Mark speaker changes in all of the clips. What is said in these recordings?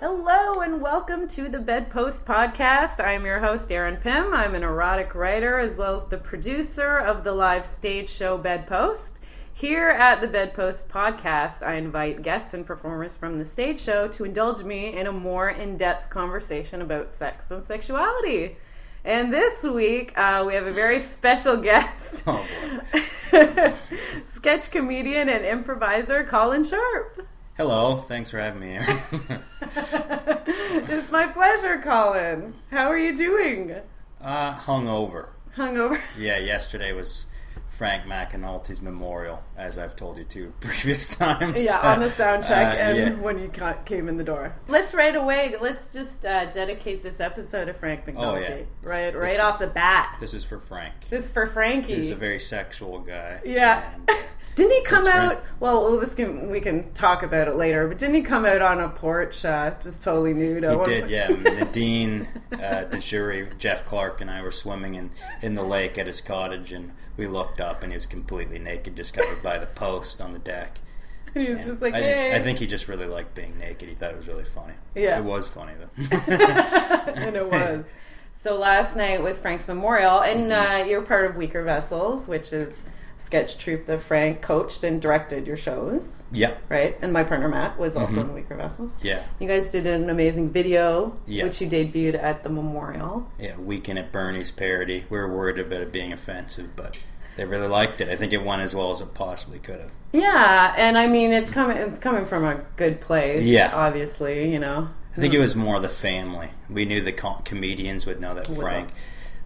Speaker 1: Hello and welcome to the Bedpost Podcast. I'm your host, Erin Pym. I'm an erotic writer as well as the producer of the live stage show Bedpost. Here at the Bedpost Podcast, I invite guests and performers from the stage show to indulge me in a more in depth conversation about sex and sexuality. And this week, uh, we have a very special guest
Speaker 2: Oh, boy.
Speaker 1: sketch comedian and improviser Colin Sharp.
Speaker 2: Hello, thanks for having me. Aaron.
Speaker 1: It's my pleasure, Colin. How are you doing?
Speaker 2: uh, hungover.
Speaker 1: Hungover?
Speaker 2: Yeah, yesterday was Frank McAnulty's memorial, as I've told you two previous times.
Speaker 1: Yeah, on the sound check
Speaker 2: Uh,
Speaker 1: and
Speaker 2: yeah.
Speaker 1: when you ca- came in the door. Let's right away, let's just uh, dedicate this episode to Frank McNulty.
Speaker 2: Oh, yeah.
Speaker 1: Right right
Speaker 2: This-
Speaker 1: off the bat.
Speaker 2: This is for Frank.
Speaker 1: This is for Frankie.
Speaker 2: He's a very sexual guy.
Speaker 1: yeah.
Speaker 2: and-
Speaker 1: didn't he come
Speaker 2: That's right.
Speaker 1: out? Well, well, this can, we can talk about it later, but didn't he come out on a porch uh, just totally nude?
Speaker 2: He did, yeah. Nadine, uh, the jury, Jeff Clark, and I were swimming in, in the lake at his cottage, and we looked up, and he was completely naked, just covered by the post on the deck.
Speaker 1: he was just like,
Speaker 2: I, thi-
Speaker 1: hey.
Speaker 2: I think he just really liked being naked. He thought it was really funny.
Speaker 1: Yeah.
Speaker 2: It was funny, though.
Speaker 1: and it was. So last night was Frank's memorial, and
Speaker 2: Mm-hmm.
Speaker 1: uh, you're part of Weaker Vessels, which is a sketch troupe that Frank coached and directed your shows,
Speaker 2: yep.
Speaker 1: right? And my partner Matt was also
Speaker 2: Mm-hmm.
Speaker 1: in Weaker Vessels.
Speaker 2: Yeah.
Speaker 1: You guys did an amazing video,
Speaker 2: Yeah.
Speaker 1: which you debuted at the memorial.
Speaker 2: Yeah, Weekend at Bernie's parody. We were worried about it being offensive, but they really liked it. I think it won as well as it possibly could have.
Speaker 1: Yeah, and I mean it's coming. It's coming from a good place.
Speaker 2: Yeah.
Speaker 1: obviously, you know.
Speaker 2: I think it was more the family. We knew the com- comedians would know that Frank.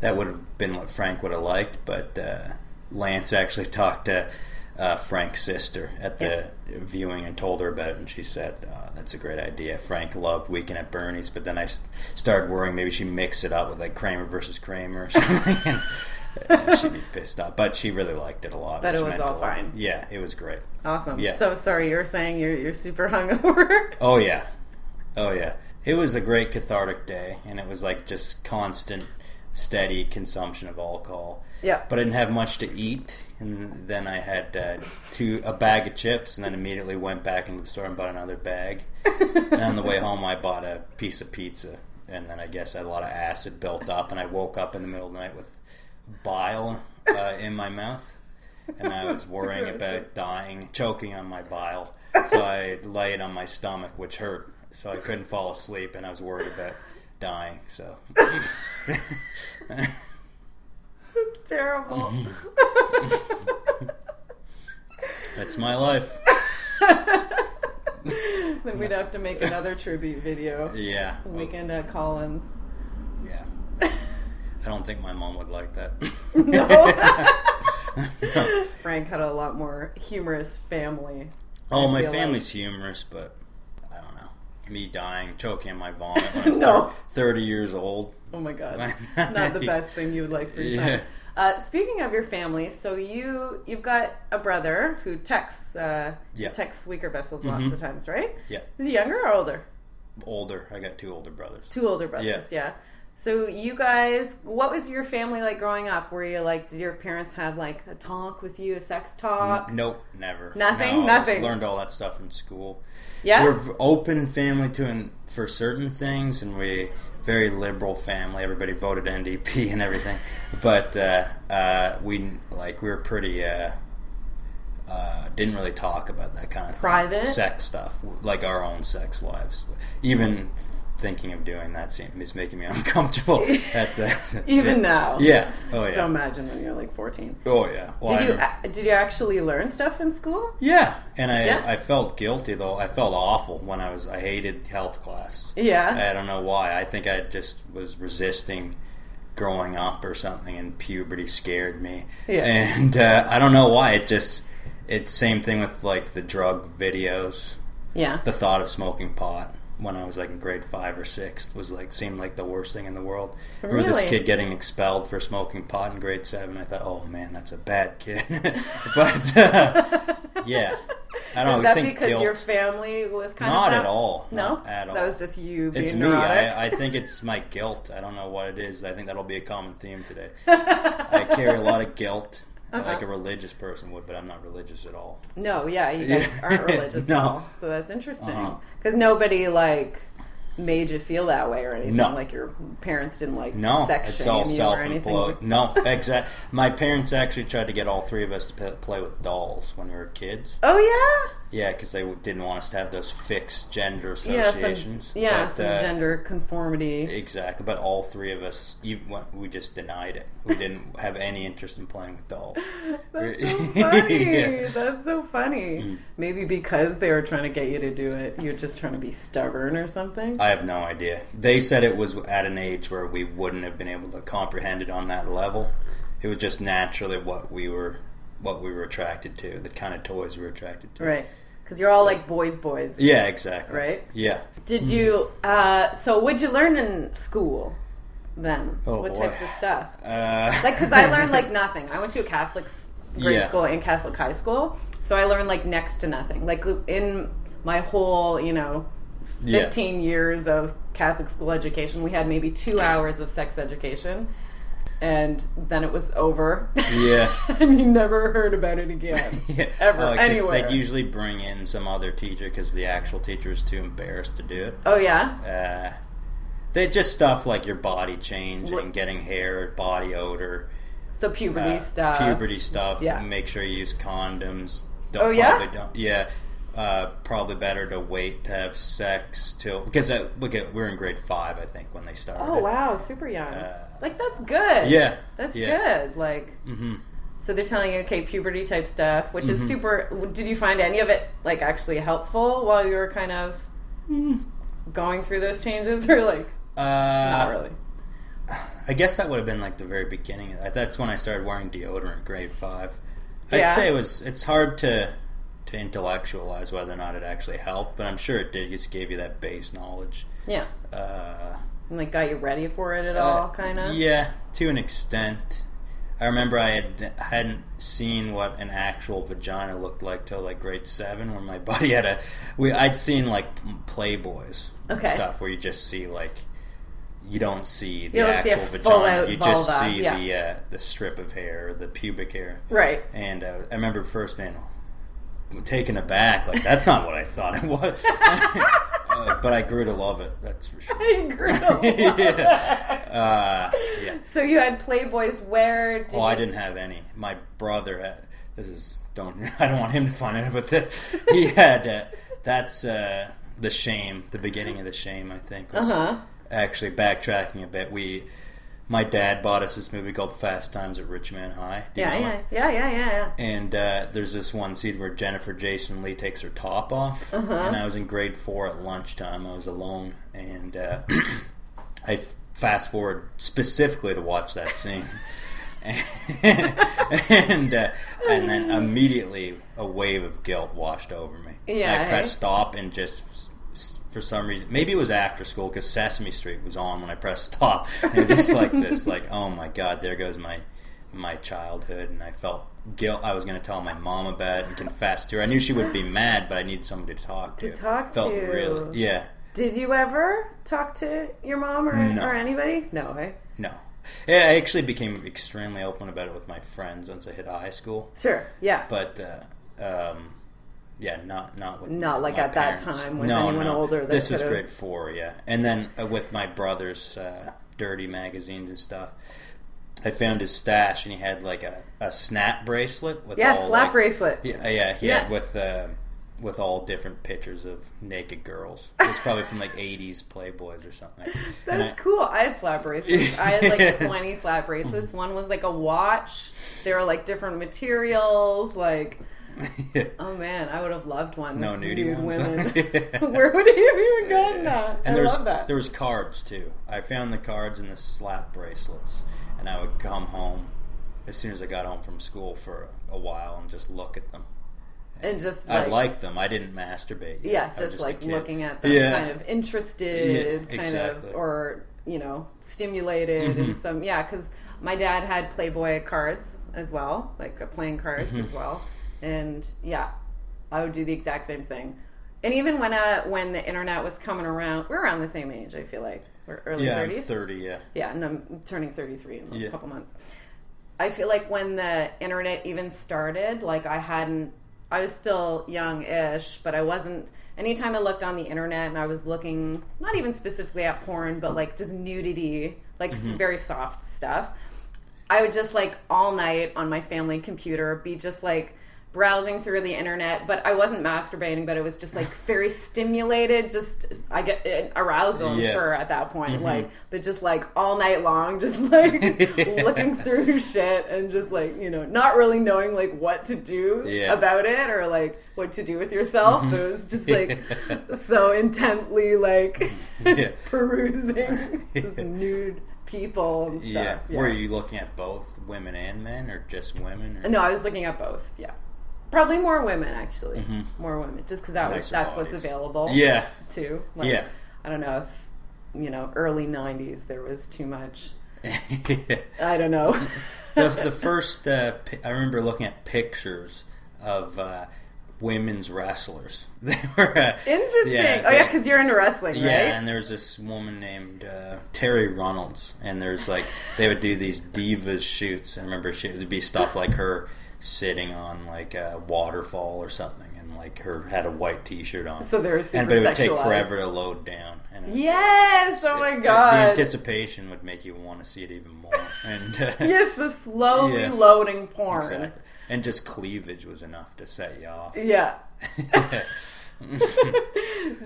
Speaker 2: That would have been what Frank would have liked, but uh, Lance actually talked to uh, Frank's sister at the viewing and told her about it, and she said, uh, "That's a great idea." Frank loved Weekend at Bernie's, but then I s- started worrying maybe she mixed it up with like Kramer versus Kramer or something. and, uh, she'd be pissed off, but she really liked it a lot.
Speaker 1: But
Speaker 2: which
Speaker 1: it was
Speaker 2: meant a
Speaker 1: all
Speaker 2: lot.
Speaker 1: fine.
Speaker 2: Yeah, it was great.
Speaker 1: Awesome.
Speaker 2: Yeah.
Speaker 1: So sorry, you were saying you're you're super hungover.
Speaker 2: Oh yeah, oh yeah. It was a great cathartic day, and it was like just constant, steady consumption of alcohol.
Speaker 1: yeah.
Speaker 2: But I didn't have much to eat, and then I had uh, two a bag of chips, and then immediately went back into the store and bought another bag. and on the way home, I bought a piece of pizza, and then I guess I had a lot of acid built up, and I woke up in the middle of the night with bile uh, in my mouth, and I was worrying about dying, choking on my bile. So I laid on my stomach, which hurt, so I couldn't fall asleep, and I was worried about dying. So
Speaker 1: it's terrible.
Speaker 2: that's my life.
Speaker 1: then we'd have to make another tribute video.
Speaker 2: Yeah.
Speaker 1: Weekend at Collins.
Speaker 2: Yeah. I don't think my mom would like that.
Speaker 1: Frank had a lot more humorous family.
Speaker 2: oh,
Speaker 1: I
Speaker 2: my
Speaker 1: feel like-
Speaker 2: family's humorous, but I don't know. Me dying, choking on my vomit when I'm
Speaker 1: No.
Speaker 2: thir- 30 years old.
Speaker 1: Oh my god, not the best thing you would like for your
Speaker 2: Yeah.
Speaker 1: son. Uh, speaking of your family, so you you've got a brother who texts uh,
Speaker 2: Yeah. Mm-hmm.
Speaker 1: texts weaker vessels lots of times, right?
Speaker 2: Yeah.
Speaker 1: Is he younger or older?
Speaker 2: Older. I got two older brothers.
Speaker 1: Two older brothers, yeah. So you guys, what was your family like growing up? Were you like, did your parents have like a talk with you, a sex talk?
Speaker 2: Nope, never.
Speaker 1: Nothing?
Speaker 2: No, I just
Speaker 1: Nothing.
Speaker 2: learned all that stuff in school.
Speaker 1: Yeah,
Speaker 2: We're v- open family to and for certain things, and we very liberal family. Everybody voted NDP and everything, but uh, uh, we like we were pretty. Uh, uh, didn't really talk about that kind of thing.
Speaker 1: Private?
Speaker 2: sex stuff, like our own sex lives. Even thinking of doing that seem- is making me uncomfortable. at the
Speaker 1: even now.
Speaker 2: yeah, oh yeah,
Speaker 1: So imagine when you're like 14.
Speaker 2: oh yeah. Well, I
Speaker 1: Did you
Speaker 2: remember-
Speaker 1: a- did you actually learn stuff in school?
Speaker 2: Yeah, and I
Speaker 1: Yeah?
Speaker 2: I felt guilty though. I felt awful when I was I hated health class.
Speaker 1: Yeah.
Speaker 2: I don't know why. I think I just was resisting growing up or something, and puberty scared me.
Speaker 1: Yeah.
Speaker 2: And uh, I don't know why. It just it's same thing with like the drug videos.
Speaker 1: Yeah.
Speaker 2: The thought of smoking pot when I was like in grade five or six was like seemed like the worst thing in the world. I remember this
Speaker 1: Really?
Speaker 2: kid getting expelled for smoking pot in grade seven. I thought, oh man, that's a bad kid. but uh, yeah, I don't
Speaker 1: Is that
Speaker 2: think
Speaker 1: because
Speaker 2: guilt.
Speaker 1: your family was kind
Speaker 2: Not
Speaker 1: of
Speaker 2: at all.
Speaker 1: No,
Speaker 2: Not at all.
Speaker 1: that was just you being
Speaker 2: It's me.
Speaker 1: neurotic.
Speaker 2: I, I think it's my guilt. I don't know what it is. I think that'll be a common theme today. I carry a lot of guilt,
Speaker 1: Uh-huh.
Speaker 2: like a religious person would, but I'm not religious at all.
Speaker 1: No, yeah, you guys
Speaker 2: Yeah.
Speaker 1: aren't religious
Speaker 2: No.
Speaker 1: at all. So that's interesting.
Speaker 2: Uh-huh.
Speaker 1: Because nobody, like, made you feel that way or anything.
Speaker 2: No.
Speaker 1: Like, your parents didn't, like,
Speaker 2: No,
Speaker 1: sex
Speaker 2: it's
Speaker 1: shame
Speaker 2: all
Speaker 1: you or anything.
Speaker 2: self-imploded. No, exact. My parents actually tried to get all three of us to p- play with dolls when we were kids.
Speaker 1: Oh,
Speaker 2: Yeah, because they didn't want us to have those fixed gender
Speaker 1: yeah? Yeah, some,
Speaker 2: associations.
Speaker 1: yeah,
Speaker 2: But,
Speaker 1: some
Speaker 2: uh,
Speaker 1: gender conformity.
Speaker 2: Exactly, but all three of us, even, when- we just denied it. We didn't have any interest in playing with dolls.
Speaker 1: That's so funny.
Speaker 2: Yeah. Mm.
Speaker 1: That's so funny. Maybe because they were trying to get you to do it, you're just trying to be stubborn or something.
Speaker 2: I have no idea. They said it was at an age where we wouldn't have been able to comprehend it on that level. It was just naturally what we were, what we were attracted to, the kind of toys we were attracted to.
Speaker 1: right. Because you're all, like, boys, boys.
Speaker 2: Yeah, exactly.
Speaker 1: Right?
Speaker 2: Yeah.
Speaker 1: Did you? Uh, so, what'd you learn in school then?
Speaker 2: Oh,
Speaker 1: what
Speaker 2: boy.
Speaker 1: types of stuff?
Speaker 2: Uh,
Speaker 1: Like, because I learned like nothing. I went to a Catholic s- grade
Speaker 2: Yeah.
Speaker 1: school and Catholic high school, so I learned like next to nothing. Like in my whole, you know,
Speaker 2: yeah.
Speaker 1: fifteen years of Catholic school education, we had maybe two hours of sex education, and then it was over.
Speaker 2: Yeah.
Speaker 1: and you never heard about it again.
Speaker 2: Yeah. Uh,
Speaker 1: Ever,
Speaker 2: 'cause
Speaker 1: anywhere.
Speaker 2: They usually bring in some other teacher because the actual teacher is too embarrassed to do it.
Speaker 1: Oh yeah.
Speaker 2: Uh, they just stuff like your body change and getting hair, body odor,
Speaker 1: So puberty
Speaker 2: uh,
Speaker 1: stuff.
Speaker 2: puberty stuff.
Speaker 1: yeah.
Speaker 2: Make sure you use condoms. Don't,
Speaker 1: Oh, yeah?
Speaker 2: Probably don't, yeah. Uh, probably better to wait to have sex till because uh, look at we're in grade five I think when they started.
Speaker 1: Oh
Speaker 2: it.
Speaker 1: wow, super young.
Speaker 2: Uh,
Speaker 1: like that's good.
Speaker 2: Yeah,
Speaker 1: that's
Speaker 2: yeah. Mm-hmm.
Speaker 1: good. Like, so they're telling you okay, puberty type stuff, which is super. Did you find any of it like actually helpful while you were kind of going through those changes, or like
Speaker 2: Mm. Uh,
Speaker 1: not really?
Speaker 2: I guess that would have been like the very beginning. I- That's when I started wearing deodorant, grade five. I'd
Speaker 1: Yeah.
Speaker 2: say it was. It's hard to to intellectualize whether or not it actually helped, but I'm sure it did. It just gave you that base knowledge.
Speaker 1: Yeah,
Speaker 2: Uh,
Speaker 1: and like got you ready for it at
Speaker 2: uh,
Speaker 1: all, kind of.
Speaker 2: Yeah, to an extent. I remember I had hadn't seen what an actual vagina looked like till like grade seven, when my buddy had a. We I'd seen like Playboys and
Speaker 1: Okay.
Speaker 2: stuff where you just see like. You don't see the
Speaker 1: You don't see a
Speaker 2: actual vagina.
Speaker 1: full-out
Speaker 2: You just
Speaker 1: vulva,
Speaker 2: see
Speaker 1: yeah.
Speaker 2: the uh, the strip of hair, the pubic hair.
Speaker 1: Right.
Speaker 2: And uh, I remember first being taken aback, like that's not what I thought it was. uh, but I grew to love it. That's for sure.
Speaker 1: I agree.
Speaker 2: yeah. Uh, yeah.
Speaker 1: so you had Playboys where? Did
Speaker 2: Well, Oh, I
Speaker 1: you-
Speaker 2: didn't have any. My brother had. This is don't. I don't want him to find out about this. He had. Uh, that's uh, the shame. The beginning of the shame. I think. Was
Speaker 1: Uh-huh.
Speaker 2: Actually, backtracking a bit, we. My dad bought us this movie called Fast Times at Richmond High. Do you
Speaker 1: Yeah,
Speaker 2: know
Speaker 1: yeah,
Speaker 2: it?
Speaker 1: yeah, yeah, yeah, yeah.
Speaker 2: And uh, there's this one scene where Jennifer Jason Lee takes her top off,
Speaker 1: Uh-huh.
Speaker 2: and I was in grade four at lunchtime. I was alone, and uh, I fast forward specifically to watch that scene. and uh, and then immediately a wave of guilt washed over me. And
Speaker 1: Yeah,
Speaker 2: I
Speaker 1: eh?
Speaker 2: pressed stop and just s- s- for some reason, maybe it was after school because Sesame Street was on when I pressed stop. And it was just like this, like oh my god, there goes my my childhood, and I felt guilt. I was going to tell my mom about it and confess to her. I knew she would be mad, but I needed somebody to talk to.
Speaker 1: To talk
Speaker 2: felt
Speaker 1: to.
Speaker 2: really, yeah.
Speaker 1: Did you ever talk to your mom or,
Speaker 2: No.
Speaker 1: or anybody? No, eh?
Speaker 2: No. Yeah, I actually became extremely open about it with my friends once I hit high school.
Speaker 1: Sure. Yeah.
Speaker 2: But uh, um, yeah, not not with
Speaker 1: Not like
Speaker 2: my
Speaker 1: at that
Speaker 2: parents.
Speaker 1: time with
Speaker 2: no,
Speaker 1: anyone
Speaker 2: no.
Speaker 1: older that
Speaker 2: this was
Speaker 1: could've-
Speaker 2: grade four, yeah. And then uh, with my brother's uh, dirty magazines and stuff. I found his stash, and he had like a, a snap bracelet with
Speaker 1: yeah,
Speaker 2: all,
Speaker 1: slap
Speaker 2: like-
Speaker 1: bracelet.
Speaker 2: Yeah, yeah, he
Speaker 1: Yeah.
Speaker 2: had with uh, with all different pictures of naked girls. It was probably from like '80s Playboys or something. And
Speaker 1: That's
Speaker 2: I-
Speaker 1: cool. I had slap bracelets. I had like 20 slap bracelets. One was like a watch. There were like different materials. Like, oh man, I would have loved one.
Speaker 2: No
Speaker 1: with
Speaker 2: nudie
Speaker 1: nude
Speaker 2: ones.
Speaker 1: women. Where would he have even gotten that?
Speaker 2: And
Speaker 1: I
Speaker 2: there was
Speaker 1: love that.
Speaker 2: there was cards too. I found the cards and the slap bracelets, and I would come home as soon as I got home from school for a while and just look at them.
Speaker 1: and just
Speaker 2: I
Speaker 1: like,
Speaker 2: liked them. I didn't masturbate. yet.
Speaker 1: yeah,
Speaker 2: I was
Speaker 1: just, like
Speaker 2: a kid.
Speaker 1: looking at them,
Speaker 2: Yeah.
Speaker 1: kind of interested,
Speaker 2: Yeah,
Speaker 1: kind
Speaker 2: exactly. Mm-hmm.
Speaker 1: of or you know stimulated in some yeah. Because my dad had Playboy cards as well, like uh, playing cards
Speaker 2: Mm-hmm.
Speaker 1: as well, and yeah, I would do the exact same thing. And even when uh when the internet was coming around, we're around the same age. I feel like we're early
Speaker 2: Yeah, I'm
Speaker 1: thirties.
Speaker 2: 30, yeah.
Speaker 1: Yeah, and I'm turning 33 in a
Speaker 2: Yeah.
Speaker 1: couple months. I feel like when the internet even started, like I hadn't, I was still young ish, but I wasn't. Anytime I looked on the internet and I was looking, not even specifically at porn, but like just nudity, like s very soft stuff, I would just like all night on my family computer be just like browsing through the internet, but I wasn't masturbating, but it was just like very stimulated, just I get uh, arousal, I'm
Speaker 2: Yeah. Mm-hmm.
Speaker 1: sure, at that point. Like, but just like all night long, just like looking through shit and just like, you know, not really knowing like what to do
Speaker 2: Yeah. Mm-hmm.
Speaker 1: about it or like what to do with yourself. It was just like so intently like
Speaker 2: Yeah.
Speaker 1: perusing just nude people and stuff.
Speaker 2: yeah. Were you looking at both women and men or just women? Or
Speaker 1: No, I was looking at both. Yeah, probably more women actually. More women, just because that was,
Speaker 2: Mm-hmm. Nicer
Speaker 1: that's what's
Speaker 2: bodies.
Speaker 1: available.
Speaker 2: Yeah.
Speaker 1: too. Like,
Speaker 2: Yeah.
Speaker 1: I don't know if you know early '90s there was too much. I don't know.
Speaker 2: the, the first, uh, pi- I remember looking at pictures of uh, women's wrestlers. They were uh,
Speaker 1: Interesting. oh
Speaker 2: they-
Speaker 1: yeah, because you're into wrestling,
Speaker 2: Yeah,
Speaker 1: right?
Speaker 2: and there's this woman named uh, Terry Runnels, and there's like they would do these divas shoots. And I remember she, it'd be stuff like her sitting on like a waterfall or something, and like her had a white T-shirt on.
Speaker 1: So they were super
Speaker 2: and but it would take
Speaker 1: sexualized.
Speaker 2: forever to load down. And it-
Speaker 1: Yes. Oh
Speaker 2: it-
Speaker 1: my
Speaker 2: the- The
Speaker 1: god.
Speaker 2: anticipation would make you want to see it even more. And uh,
Speaker 1: yes, the slowly
Speaker 2: Yeah.
Speaker 1: loading porn.
Speaker 2: exactly. And just cleavage was enough to set you off.
Speaker 1: Yeah.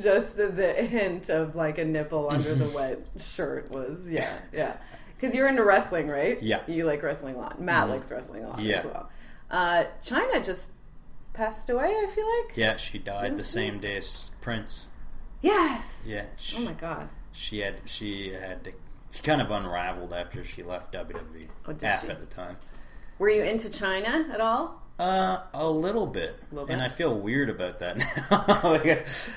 Speaker 1: Just the hint of like a nipple under the wet shirt was yeah, yeah. Because you're into wrestling, right?
Speaker 2: Yeah. Mm-hmm.
Speaker 1: You like wrestling a lot. Matt likes wrestling a lot
Speaker 2: Yeah.
Speaker 1: as well. Uh, China just passed away. I feel like.
Speaker 2: yeah, she died the same day as Prince.
Speaker 1: Yes.
Speaker 2: Yeah. She,
Speaker 1: Oh my god.
Speaker 2: she had she had to, she kind of unraveled after she left WWE
Speaker 1: Oh, did
Speaker 2: half
Speaker 1: she?
Speaker 2: at the time.
Speaker 1: Were you into China at all?
Speaker 2: Uh, a little bit,
Speaker 1: Little
Speaker 2: and
Speaker 1: bit?
Speaker 2: I feel weird about that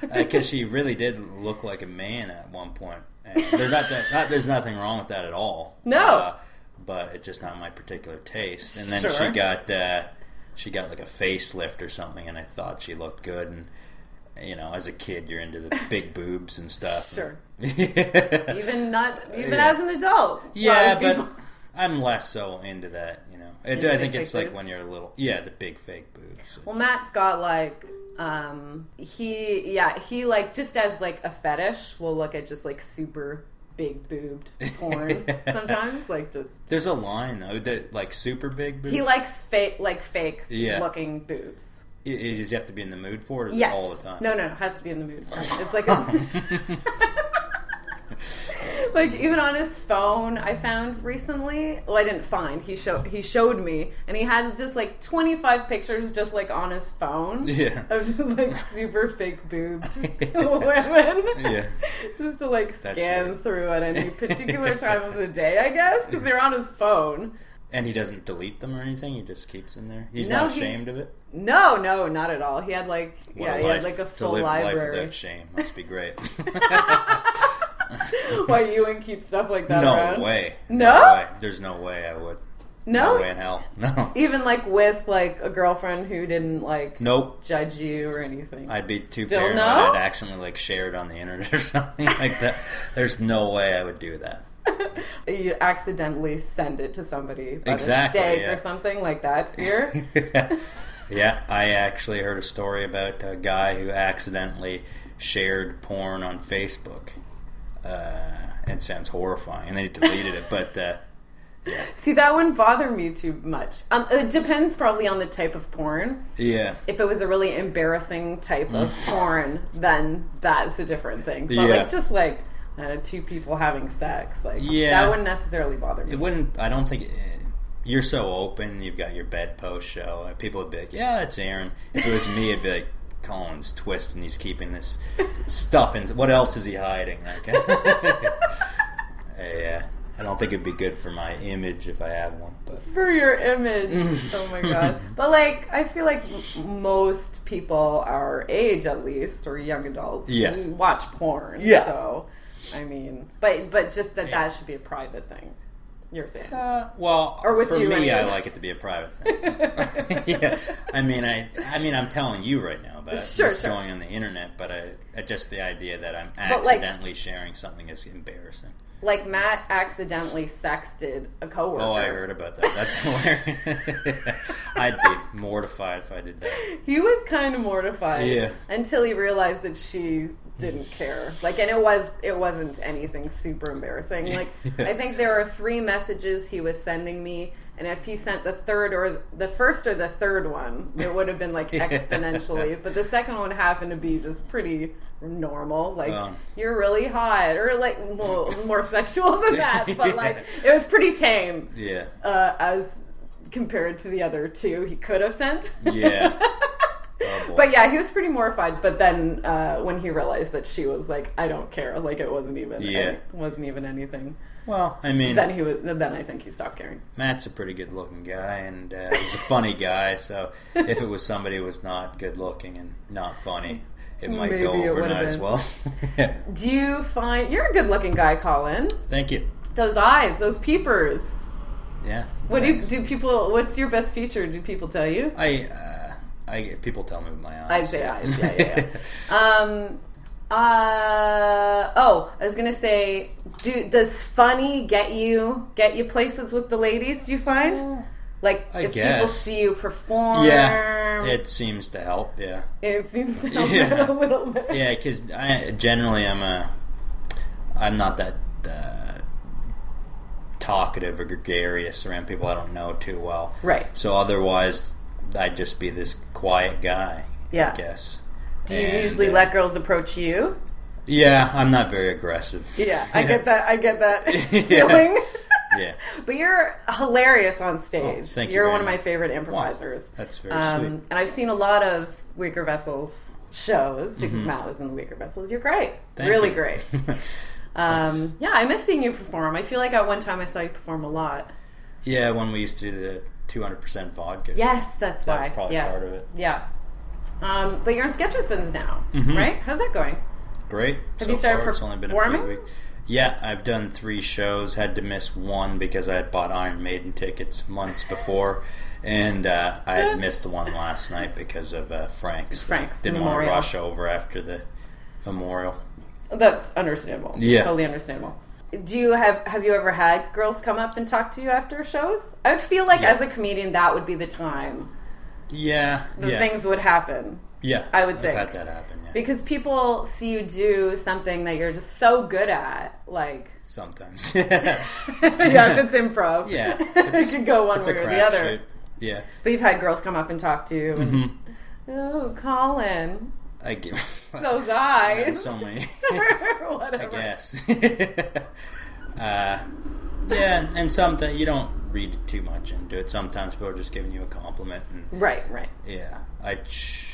Speaker 2: now because she really did look like a man at one point. And there's not that not, there's nothing wrong with that at all.
Speaker 1: No.
Speaker 2: Uh, but it's just not my particular taste. And then
Speaker 1: Sure.
Speaker 2: she got uh, she got like a facelift or something, and I thought she looked good. And you know, as a kid, you're into the big boobs and stuff.
Speaker 1: Sure.
Speaker 2: Yeah.
Speaker 1: Even not even
Speaker 2: Uh, Yeah.
Speaker 1: as an adult. A lot
Speaker 2: Yeah,
Speaker 1: of
Speaker 2: but
Speaker 1: people-
Speaker 2: I'm less so into that, you know. It,
Speaker 1: Into
Speaker 2: I
Speaker 1: big
Speaker 2: think
Speaker 1: fake
Speaker 2: it's like
Speaker 1: boobs?
Speaker 2: when you're a little, yeah, the big fake boobs.
Speaker 1: Well, Matt's got like um he yeah he like just as like a fetish will look at just like super big boobed porn sometimes like just
Speaker 2: There's a line though that like super big boobs.
Speaker 1: he likes fake like fake
Speaker 2: Yeah.
Speaker 1: looking boobs.
Speaker 2: i- i- does you have to be in the mood for it? Or is
Speaker 1: Yes.
Speaker 2: it all the time?
Speaker 1: No, no, it has to be in the mood for it. It's like a, like even on his phone, I found recently. Well, I didn't find. He showed he showed me, and he had just like twenty five pictures just like on his phone.
Speaker 2: Yeah.
Speaker 1: Of just like super fake boobed women.
Speaker 2: Yeah.
Speaker 1: Just to like scan
Speaker 2: weird.
Speaker 1: through at any particular time of the day, I guess, because they're on his phone.
Speaker 2: And he doesn't delete them or anything. He just keeps them there. He's
Speaker 1: No,
Speaker 2: not
Speaker 1: he-
Speaker 2: ashamed of it.
Speaker 1: No, no, not at all. He had like
Speaker 2: What
Speaker 1: yeah,
Speaker 2: a
Speaker 1: he
Speaker 2: life
Speaker 1: had like a
Speaker 2: to
Speaker 1: full
Speaker 2: live life
Speaker 1: library.
Speaker 2: without shame. Must be great.
Speaker 1: Why you and keep stuff like that
Speaker 2: no
Speaker 1: around?
Speaker 2: way.
Speaker 1: No?
Speaker 2: way. There's no way I would.
Speaker 1: No,
Speaker 2: way in hell. No.
Speaker 1: even like with like a girlfriend who didn't like
Speaker 2: Nope.
Speaker 1: judge you or anything.
Speaker 2: I'd be too
Speaker 1: Still
Speaker 2: paranoid.
Speaker 1: no?
Speaker 2: I'd accidentally like share it on the internet or something like that. There's no way I would do that.
Speaker 1: you accidentally send it to somebody by
Speaker 2: Exactly,
Speaker 1: mistake
Speaker 2: yeah.
Speaker 1: or something like that. Fear.
Speaker 2: yeah, I actually heard a story about a guy who accidentally shared porn on Facebook. Uh, it sounds horrifying, and then he deleted it. But uh,
Speaker 1: See, that wouldn't bother me too much. Um, it depends probably on the type of porn.
Speaker 2: yeah,
Speaker 1: If it was a really embarrassing type of porn, then that's a different thing. But
Speaker 2: Mm. Yeah.
Speaker 1: like just like I don't know, two people having sex, like
Speaker 2: Yeah.
Speaker 1: that wouldn't necessarily bother me.
Speaker 2: it wouldn't. I don't think. eh, you're so open. You've got your bedpost show. and People would be like, "Yeah, it's Aaron." If it was me, it'd be like, "Colin's twisting. He's keeping this stuff in. What else is he hiding?" Like, yeah, I don't think it'd be good for my image if I have one, but
Speaker 1: for your image.
Speaker 2: Mm.
Speaker 1: oh my god! But like, I feel like m- most people our age, at least, or young adults,
Speaker 2: Yes.
Speaker 1: watch porn.
Speaker 2: Yeah.
Speaker 1: So, I mean, but but just that
Speaker 2: Yeah.
Speaker 1: that should be a private thing. You're saying.
Speaker 2: Uh, well,
Speaker 1: Or with
Speaker 2: for
Speaker 1: you,
Speaker 2: me, I
Speaker 1: anyways.
Speaker 2: like it to be a private thing. yeah, I mean, I, I mean, I'm telling you right now about
Speaker 1: Sure,
Speaker 2: what's
Speaker 1: sure.
Speaker 2: going on the internet, but I, I just the idea that I'm
Speaker 1: But, like-
Speaker 2: accidentally sharing something is embarrassing.
Speaker 1: Like Matt accidentally sexted a coworker.
Speaker 2: Oh, I heard about that. That's hilarious. I'd be mortified if I did that.
Speaker 1: He was kind of mortified.
Speaker 2: Yeah.
Speaker 1: Until he realized that she didn't care. Like, and it was it wasn't anything super embarrassing. Like, I think there are three messages he was sending me, and if he sent the third or the first or the third one, it would have been like exponentially. But the second one happened to be just pretty normal. Like,
Speaker 2: Wow.
Speaker 1: you're really hot, or like more, more sexual than that. But like, it was pretty tame
Speaker 2: Yeah,
Speaker 1: uh, as compared to the other two he could have sent.
Speaker 2: yeah. Oh, boy.
Speaker 1: But yeah, he was pretty mortified. But then uh, when he realized that she was like, "I don't care," like it wasn't even,
Speaker 2: Yeah.
Speaker 1: it wasn't even anything.
Speaker 2: well, I mean,
Speaker 1: Then he was. Then I think he stopped caring.
Speaker 2: Matt's a pretty good looking guy, and uh, he's a funny guy. So if it was somebody who was not good looking and not funny, it might go
Speaker 1: Maybe it
Speaker 2: over
Speaker 1: would've
Speaker 2: not as
Speaker 1: been.
Speaker 2: well. Yeah.
Speaker 1: Do you find you're a good-looking guy, Colin?
Speaker 2: Thank you.
Speaker 1: Those eyes, those peepers.
Speaker 2: Yeah.
Speaker 1: What do you,
Speaker 2: thanks.
Speaker 1: do people? What's your best feature? Do people tell you?
Speaker 2: I? Uh, I people tell me with my eyes.
Speaker 1: I say eyes. Yeah, yeah. yeah. um. Uh oh, I was gonna say, do does funny get you get you places with the ladies? Do you find like
Speaker 2: I
Speaker 1: if people
Speaker 2: guess.
Speaker 1: see you perform?
Speaker 2: yeah.
Speaker 1: Um,
Speaker 2: It seems to help. Yeah.
Speaker 1: It seems to help
Speaker 2: Yeah.
Speaker 1: it a little bit.
Speaker 2: Yeah, because I generally I'm a I'm not that uh, talkative or gregarious around people I don't know too well.
Speaker 1: Right.
Speaker 2: So otherwise, I'd just be this quiet guy.
Speaker 1: Yeah.
Speaker 2: I guess.
Speaker 1: Do you
Speaker 2: And,
Speaker 1: usually
Speaker 2: uh,
Speaker 1: let girls approach you?
Speaker 2: Yeah, I'm not very aggressive.
Speaker 1: Yeah, I get that. I get that
Speaker 2: Yeah.
Speaker 1: feeling.
Speaker 2: yeah.
Speaker 1: but you're hilarious on stage.
Speaker 2: Oh, thank you
Speaker 1: you're
Speaker 2: very
Speaker 1: one of my
Speaker 2: much.
Speaker 1: favorite improvisers.
Speaker 2: That's very
Speaker 1: Um,
Speaker 2: sweet.
Speaker 1: and I've seen a lot of Weaker Vessels shows because Matt was in the Weaker Vessels. You're great.
Speaker 2: Mm-hmm. Thank
Speaker 1: really
Speaker 2: you.
Speaker 1: great. Um, yeah, I miss seeing you perform. I feel like at one time I saw you perform a lot.
Speaker 2: yeah, when we used to do the 200% vodka.
Speaker 1: Yes, that's why.
Speaker 2: That's probably
Speaker 1: yeah.
Speaker 2: part of it.
Speaker 1: Yeah. Um, but you're in Sketcherson's now,
Speaker 2: Mm-hmm.
Speaker 1: right? How's that going?
Speaker 2: Great. Have
Speaker 1: you started
Speaker 2: it's only been a few
Speaker 1: performing?
Speaker 2: weeks. Yeah, I've done three shows. Had to miss one because I had bought Iron Maiden tickets months before, and uh, I had missed the one last night because of uh, Frank's.
Speaker 1: Frank's
Speaker 2: didn't
Speaker 1: memorial.
Speaker 2: want to rush over after the memorial.
Speaker 1: That's understandable.
Speaker 2: Yeah.
Speaker 1: totally understandable. Do you have have you ever had girls come up and talk to you after shows? I would feel like
Speaker 2: Yeah.
Speaker 1: as a comedian that would be the time
Speaker 2: Yeah,
Speaker 1: the
Speaker 2: yeah,
Speaker 1: things would happen
Speaker 2: yeah.
Speaker 1: I would
Speaker 2: I've
Speaker 1: think.
Speaker 2: had that happen. Yeah,
Speaker 1: because people see you do something that you're just so good at, like
Speaker 2: sometimes.
Speaker 1: yeah, if it's improv,
Speaker 2: Yeah,
Speaker 1: it
Speaker 2: it's-
Speaker 1: could go one
Speaker 2: it's a
Speaker 1: way or
Speaker 2: crap
Speaker 1: the other.
Speaker 2: shoot. Yeah,
Speaker 1: But you've had girls come up and talk to you. and,
Speaker 2: Mm-hmm.
Speaker 1: Oh, Colin,
Speaker 2: I give
Speaker 1: those eyes,
Speaker 2: so many.
Speaker 1: or whatever.
Speaker 2: I guess. uh, yeah, and sometimes you don't read too much into it. Sometimes people are just giving you a compliment, and
Speaker 1: Right, right.
Speaker 2: yeah, I. Ch-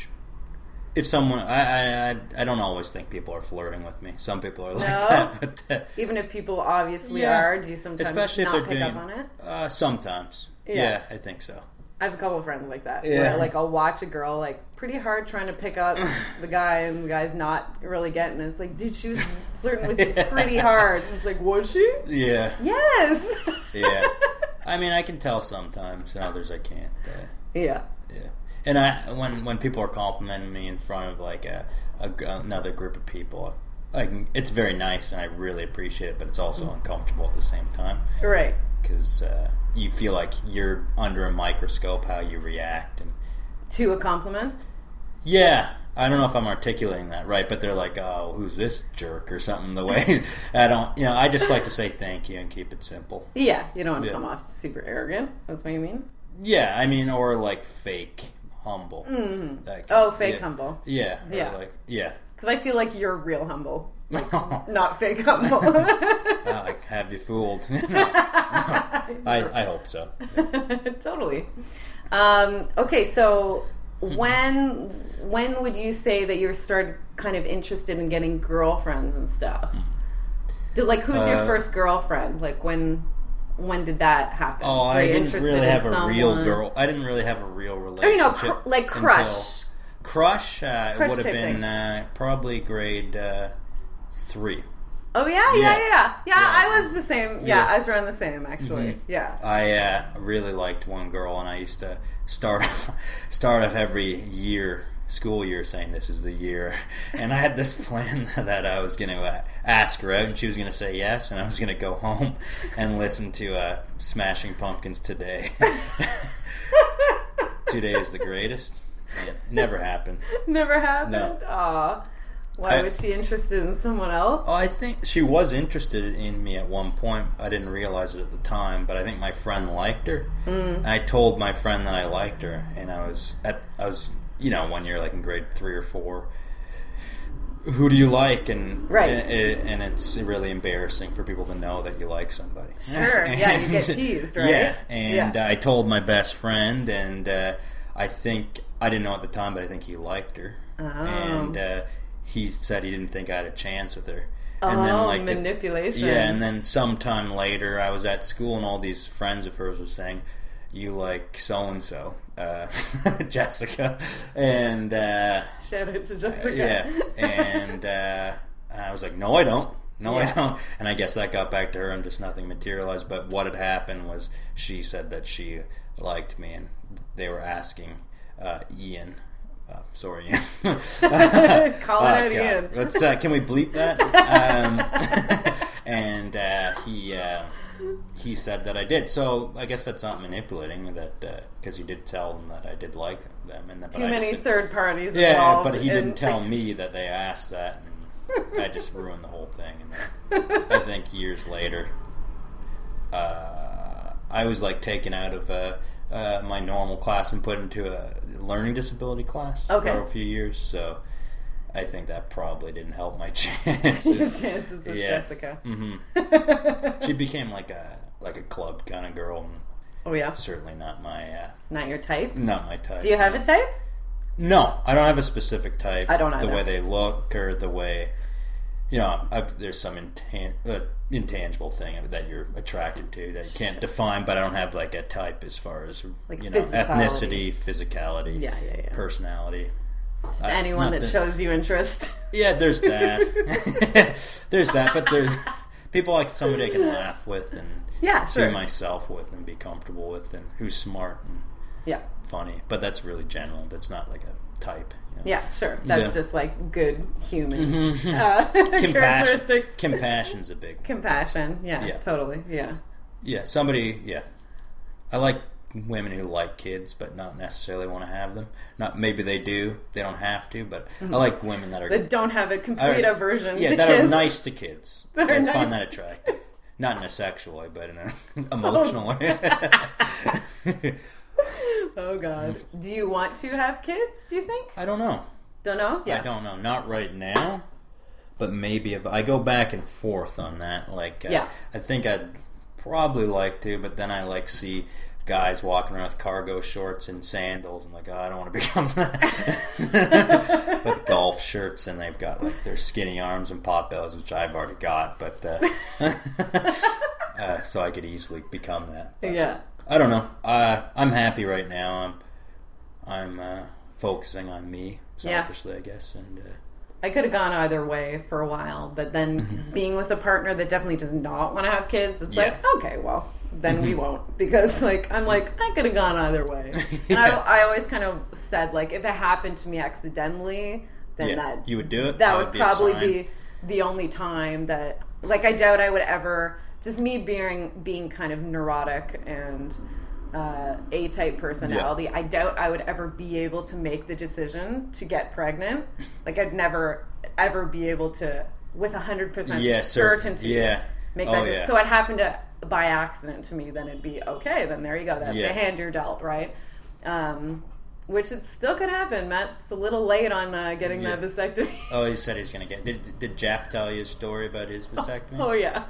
Speaker 2: if someone, I, I, I, I don't always think people are flirting with me. Some people are like
Speaker 1: No?
Speaker 2: that, but uh,
Speaker 1: Even if people obviously
Speaker 2: Yeah.
Speaker 1: are, do you sometimes
Speaker 2: especially if
Speaker 1: not
Speaker 2: they're
Speaker 1: pick
Speaker 2: doing.
Speaker 1: up on it?
Speaker 2: Uh, sometimes,
Speaker 1: Yeah.
Speaker 2: yeah. I think so.
Speaker 1: I have a couple of friends like that.
Speaker 2: Yeah.
Speaker 1: Where, like I'll watch a girl like pretty hard trying to pick up the guy, and the guy's not really getting it. It's like, dude, she was flirting with you pretty hard. And it's like, was she?
Speaker 2: Yeah,
Speaker 1: Yes.
Speaker 2: yeah. I mean, I can tell sometimes, and others I can't. Uh,
Speaker 1: yeah.
Speaker 2: Yeah, and I when when people are complimenting me in front of like a, a g- another group of people, like it's very nice and I really appreciate it, but it's also
Speaker 1: Mm-hmm.
Speaker 2: uncomfortable at the same time
Speaker 1: Right.
Speaker 2: because uh, you feel like you're under a microscope how you react and
Speaker 1: To a compliment.
Speaker 2: yeah. I don't know if I'm articulating that right, but they're like, "Oh, who's this jerk?" or something. The way I don't, you know, I just like to say thank you and keep it simple.
Speaker 1: Yeah. You don't want to
Speaker 2: Yeah.
Speaker 1: come off super arrogant. That's what you mean.
Speaker 2: Yeah, I mean, or like fake humble. Like,
Speaker 1: Oh, fake
Speaker 2: yeah,
Speaker 1: humble.
Speaker 2: Yeah, or
Speaker 1: Yeah.
Speaker 2: like yeah.
Speaker 1: Because I feel like you're real humble, not fake humble.
Speaker 2: Uh, like, have you fooled? I, I hope so.
Speaker 1: totally. Um, okay, so
Speaker 2: Mm-hmm.
Speaker 1: when when would you say that you started kind of interested in getting girlfriends and stuff? Did, like, who's your
Speaker 2: Mm-hmm. Uh,
Speaker 1: first girlfriend? Like, when when did that happen?
Speaker 2: Oh,
Speaker 1: Were
Speaker 2: I
Speaker 1: you
Speaker 2: didn't
Speaker 1: interested
Speaker 2: really
Speaker 1: in
Speaker 2: have a real
Speaker 1: someone?
Speaker 2: girl. I didn't really have a real relationship.
Speaker 1: Or, you know, cr- like
Speaker 2: until-
Speaker 1: crush.
Speaker 2: Crush, uh, it
Speaker 1: Crush
Speaker 2: would have
Speaker 1: type
Speaker 2: been
Speaker 1: thing.
Speaker 2: uh, probably grade uh, three.
Speaker 1: Oh yeah, yeah, yeah,
Speaker 2: Yeah.
Speaker 1: yeah. Yeah,
Speaker 2: Yeah.
Speaker 1: I was the same. Yeah,
Speaker 2: Yeah.
Speaker 1: I was around the same actually. Yeah.
Speaker 2: I uh, really liked one girl, and I used to start off, start off every year, school year, saying this is the year. And I had this plan that I was going to uh, ask her out, and she was going to say yes, and I was going to go home and listen to uh, Smashing Pumpkins today. Today is the greatest. Yeah, never happened.
Speaker 1: Never happened. Aw. Why
Speaker 2: I-
Speaker 1: was she interested in someone else?
Speaker 2: Oh, I think she was interested in me at one point. I didn't realize it at the time, but I think my friend liked her. Mm. I told my friend that I liked her, and I was at I was you know one year like in grade three or four. Who do you like? And
Speaker 1: Right.
Speaker 2: and, and it's really embarrassing for people to know that you like somebody.
Speaker 1: Sure. Yeah, you get teased, right?
Speaker 2: Oh. Yeah, and uh,
Speaker 1: Yeah.
Speaker 2: I told my best friend, and uh, I think I didn't know at the time, but I think he liked her,
Speaker 1: Oh.
Speaker 2: and uh, he said he didn't think I had a chance with her. And
Speaker 1: oh,
Speaker 2: it-
Speaker 1: manipulation.
Speaker 2: yeah, and then sometime later, I was at school, and all these friends of hers were saying, "You like so and so, Jessica," and uh,
Speaker 1: Shout out to Jessica.
Speaker 2: yeah, and uh, I was like, "No, I don't." No,
Speaker 1: Yeah.
Speaker 2: I don't. And I guess that got back to her, and just nothing materialized. But what had happened was she said that she liked me, and they were asking uh, Ian. Uh, sorry, Ian.
Speaker 1: Call it
Speaker 2: Oh,
Speaker 1: out
Speaker 2: God.
Speaker 1: again.
Speaker 2: Let's. Uh, can we bleep that? um, and uh, he uh, he said that I did. So I guess that's not manipulating. That because you did tell them that I did like them, and that but
Speaker 1: Too
Speaker 2: I just
Speaker 1: many
Speaker 2: didn't-
Speaker 1: third parties.
Speaker 2: yeah,
Speaker 1: involved
Speaker 2: but he
Speaker 1: in-
Speaker 2: didn't tell me that they asked that, and I just ruined the whole thing. And then I think years later, uh, I was like taken out of uh, uh, my normal class and put into a learning disability class
Speaker 1: Okay.
Speaker 2: for a few years. So I think that probably didn't help my chances.
Speaker 1: Chances with
Speaker 2: Yeah. Mm-hmm.
Speaker 1: Jessica.
Speaker 2: she became like a like a club kind of girl, and
Speaker 1: Oh yeah,
Speaker 2: certainly not my uh,
Speaker 1: not your type.
Speaker 2: not my type.
Speaker 1: Do you have a type?
Speaker 2: No, I don't have a specific type.
Speaker 1: I don't
Speaker 2: The
Speaker 1: either.
Speaker 2: way they look or the way, you know, i there's some intan- uh, intangible thing that you're attracted to that you can't define. But I don't have like a type as far as
Speaker 1: Like
Speaker 2: you know
Speaker 1: physicality.
Speaker 2: ethnicity, physicality,
Speaker 1: Yeah, yeah, yeah.
Speaker 2: personality.
Speaker 1: Just
Speaker 2: I-
Speaker 1: anyone
Speaker 2: not
Speaker 1: that
Speaker 2: that-
Speaker 1: shows you interest.
Speaker 2: Yeah, there's that. there's that, but there's people like somebody I can laugh with and
Speaker 1: yeah, sure.
Speaker 2: be myself with and be comfortable with and who's smart and
Speaker 1: yeah,
Speaker 2: funny. But that's really general. That's not like a type. You know?
Speaker 1: yeah, sure. That's
Speaker 2: Yeah. Mm-hmm.
Speaker 1: just like good human uh, characteristics.
Speaker 2: Compassion's a big one.
Speaker 1: Compassion. Yeah,
Speaker 2: Yeah.
Speaker 1: totally. Yeah.
Speaker 2: Yeah, somebody. Yeah, I like women who like kids, but not necessarily want to have them. Not maybe they do. They don't have to, but I like women that are
Speaker 1: That don't have a complete
Speaker 2: Are-
Speaker 1: aversion
Speaker 2: yeah
Speaker 1: Mm-hmm. to
Speaker 2: that
Speaker 1: kids.
Speaker 2: are nice to kids. I
Speaker 1: That are nice.
Speaker 2: find that attractive, not in a sexual way, but in an emotional way.
Speaker 1: Oh god. Do you want to have kids, do you think?
Speaker 2: Mm. I don't know.
Speaker 1: Don't know? Yeah.
Speaker 2: I don't know. Not right now, but maybe if I go back and forth on that, like uh,
Speaker 1: Yeah.
Speaker 2: I think I'd probably like to, but then I like see guys walking around with cargo shorts and sandals. I'm like, oh, I don't want to become that. with golf shirts, and they've got like their skinny arms and pot bellies, which I've already got, but uh, uh, so I could easily become that. But
Speaker 1: Yeah.
Speaker 2: I don't know. Uh, I'm happy right now. I'm I'm uh, focusing on me
Speaker 1: Yeah.
Speaker 2: selfishly, I guess, and uh,
Speaker 1: I could have gone either way for a while, but
Speaker 2: Mm-hmm.
Speaker 1: then being with a partner that definitely does not want to have kids, it's
Speaker 2: Yeah. Mm-hmm.
Speaker 1: like, okay, well, then we won't. Because, like, I'm like, I could have gone either way. And I, I always kind of said, like, if it happened to me accidentally, then
Speaker 2: yeah,
Speaker 1: that
Speaker 2: you would do it.
Speaker 1: that would
Speaker 2: a
Speaker 1: probably
Speaker 2: sign.
Speaker 1: be the only time that like I doubt I would ever just me being being kind of neurotic and uh, a type personality. I doubt I would ever be able to make the decision to get pregnant. Like I'd never ever be able to with hundred percent
Speaker 2: yeah, cer-
Speaker 1: certainty
Speaker 2: Yeah,
Speaker 1: make
Speaker 2: oh,
Speaker 1: that. decision.
Speaker 2: yeah.
Speaker 1: So it happened to by accident to me. Then it'd be okay. Then there you go. That's
Speaker 2: Yeah.
Speaker 1: the hand you're dealt, right? Um, which it still could happen. Matt's a little late on uh, getting
Speaker 2: Yeah.
Speaker 1: that vasectomy.
Speaker 2: oh, he said he's gonna get. Did, did Jeff tell you a story about his vasectomy?
Speaker 1: Oh yeah,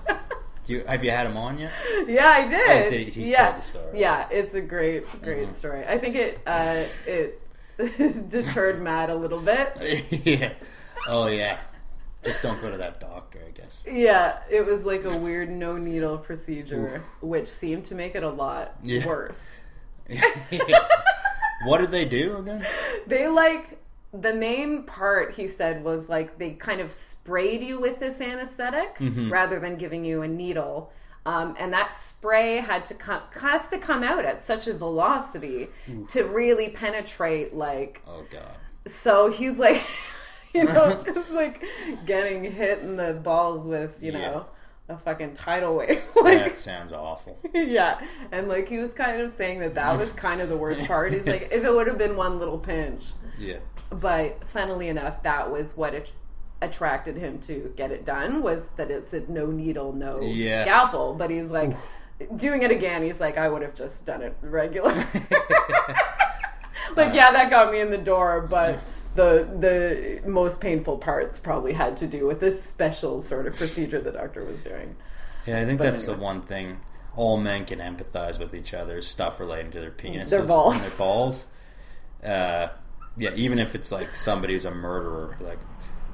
Speaker 2: Do you, have you had him on yet?
Speaker 1: yeah, I did.
Speaker 2: Oh, did- he's
Speaker 1: yeah.
Speaker 2: told the story. Mm-hmm.
Speaker 1: Yeah, it's a great, great story. I think it uh, it deterred Matt a little bit.
Speaker 2: yeah. Oh yeah. Just don't go to that doctor. doctor, I guess.
Speaker 1: Yeah, it was like a weird no needle procedure, which seemed to make it a lot
Speaker 2: Yeah.
Speaker 1: worse.
Speaker 2: what did they do again?
Speaker 1: They like the main part he said was like they kind of sprayed you with this anesthetic rather than giving you a needle. Um, and that spray had to come has to come out at such a velocity to really penetrate like
Speaker 2: Oh god.
Speaker 1: so he's like you know it's like getting hit in the balls with you
Speaker 2: Yeah.
Speaker 1: know a fucking tidal wave like
Speaker 2: That sounds awful.
Speaker 1: yeah and like he was kind of saying that that was kind of the worst part he's like if it would have been one little pinch
Speaker 2: Yeah.
Speaker 1: but funnily enough that was what it attracted him to get it done was that it said no needle no
Speaker 2: Yeah.
Speaker 1: scalpel but he's like doing it again he's like i would have just done it regular like yeah that got me in the door but the the most painful parts probably had to do with this special sort of procedure the doctor was doing
Speaker 2: Yeah, I think that's
Speaker 1: anyway.
Speaker 2: the one thing all men can empathize with each other is stuff relating to their penises
Speaker 1: Their balls.
Speaker 2: and their balls. Uh, yeah, even if it's like somebody who's a murderer, like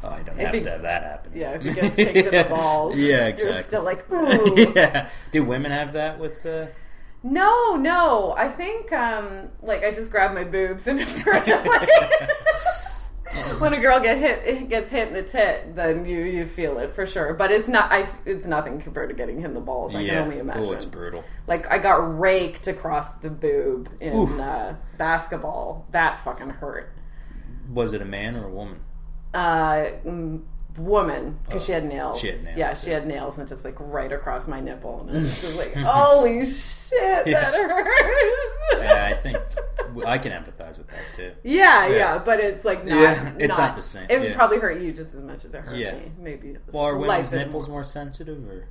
Speaker 2: oh, I don't have
Speaker 1: he-
Speaker 2: to have that happen.
Speaker 1: yeah if he gets kicked in the balls
Speaker 2: yeah,
Speaker 1: you're
Speaker 2: exactly.
Speaker 1: still like ooh
Speaker 2: yeah. Do women have that with uh
Speaker 1: No, no. I think um like I just grabbed my boobs and when a girl get hit gets hit in the tit, then you you feel it for sure. But it's not I it's nothing compared to getting hit in the balls. I
Speaker 2: yeah.
Speaker 1: can only imagine.
Speaker 2: Oh, it's brutal.
Speaker 1: like I got raked across the boob in
Speaker 2: Oof.
Speaker 1: uh, basketball. That fucking hurt.
Speaker 2: Was it a man or a woman?
Speaker 1: Uh, mm, woman because she had nails.
Speaker 2: Oh, she had nails,
Speaker 1: Yeah, she had nails and just like right across my nipple, and it was just like, holy shit, that hurts.
Speaker 2: Yeah, I think I can empathize with that too.
Speaker 1: Yeah, yeah, but it's like not.
Speaker 2: Yeah, it's not the same,
Speaker 1: It would
Speaker 2: yeah.
Speaker 1: probably hurt you just as much as it hurt
Speaker 2: Yeah.
Speaker 1: me. Maybe. it's
Speaker 2: Well, are women's
Speaker 1: slight bit
Speaker 2: nipples more sensitive, or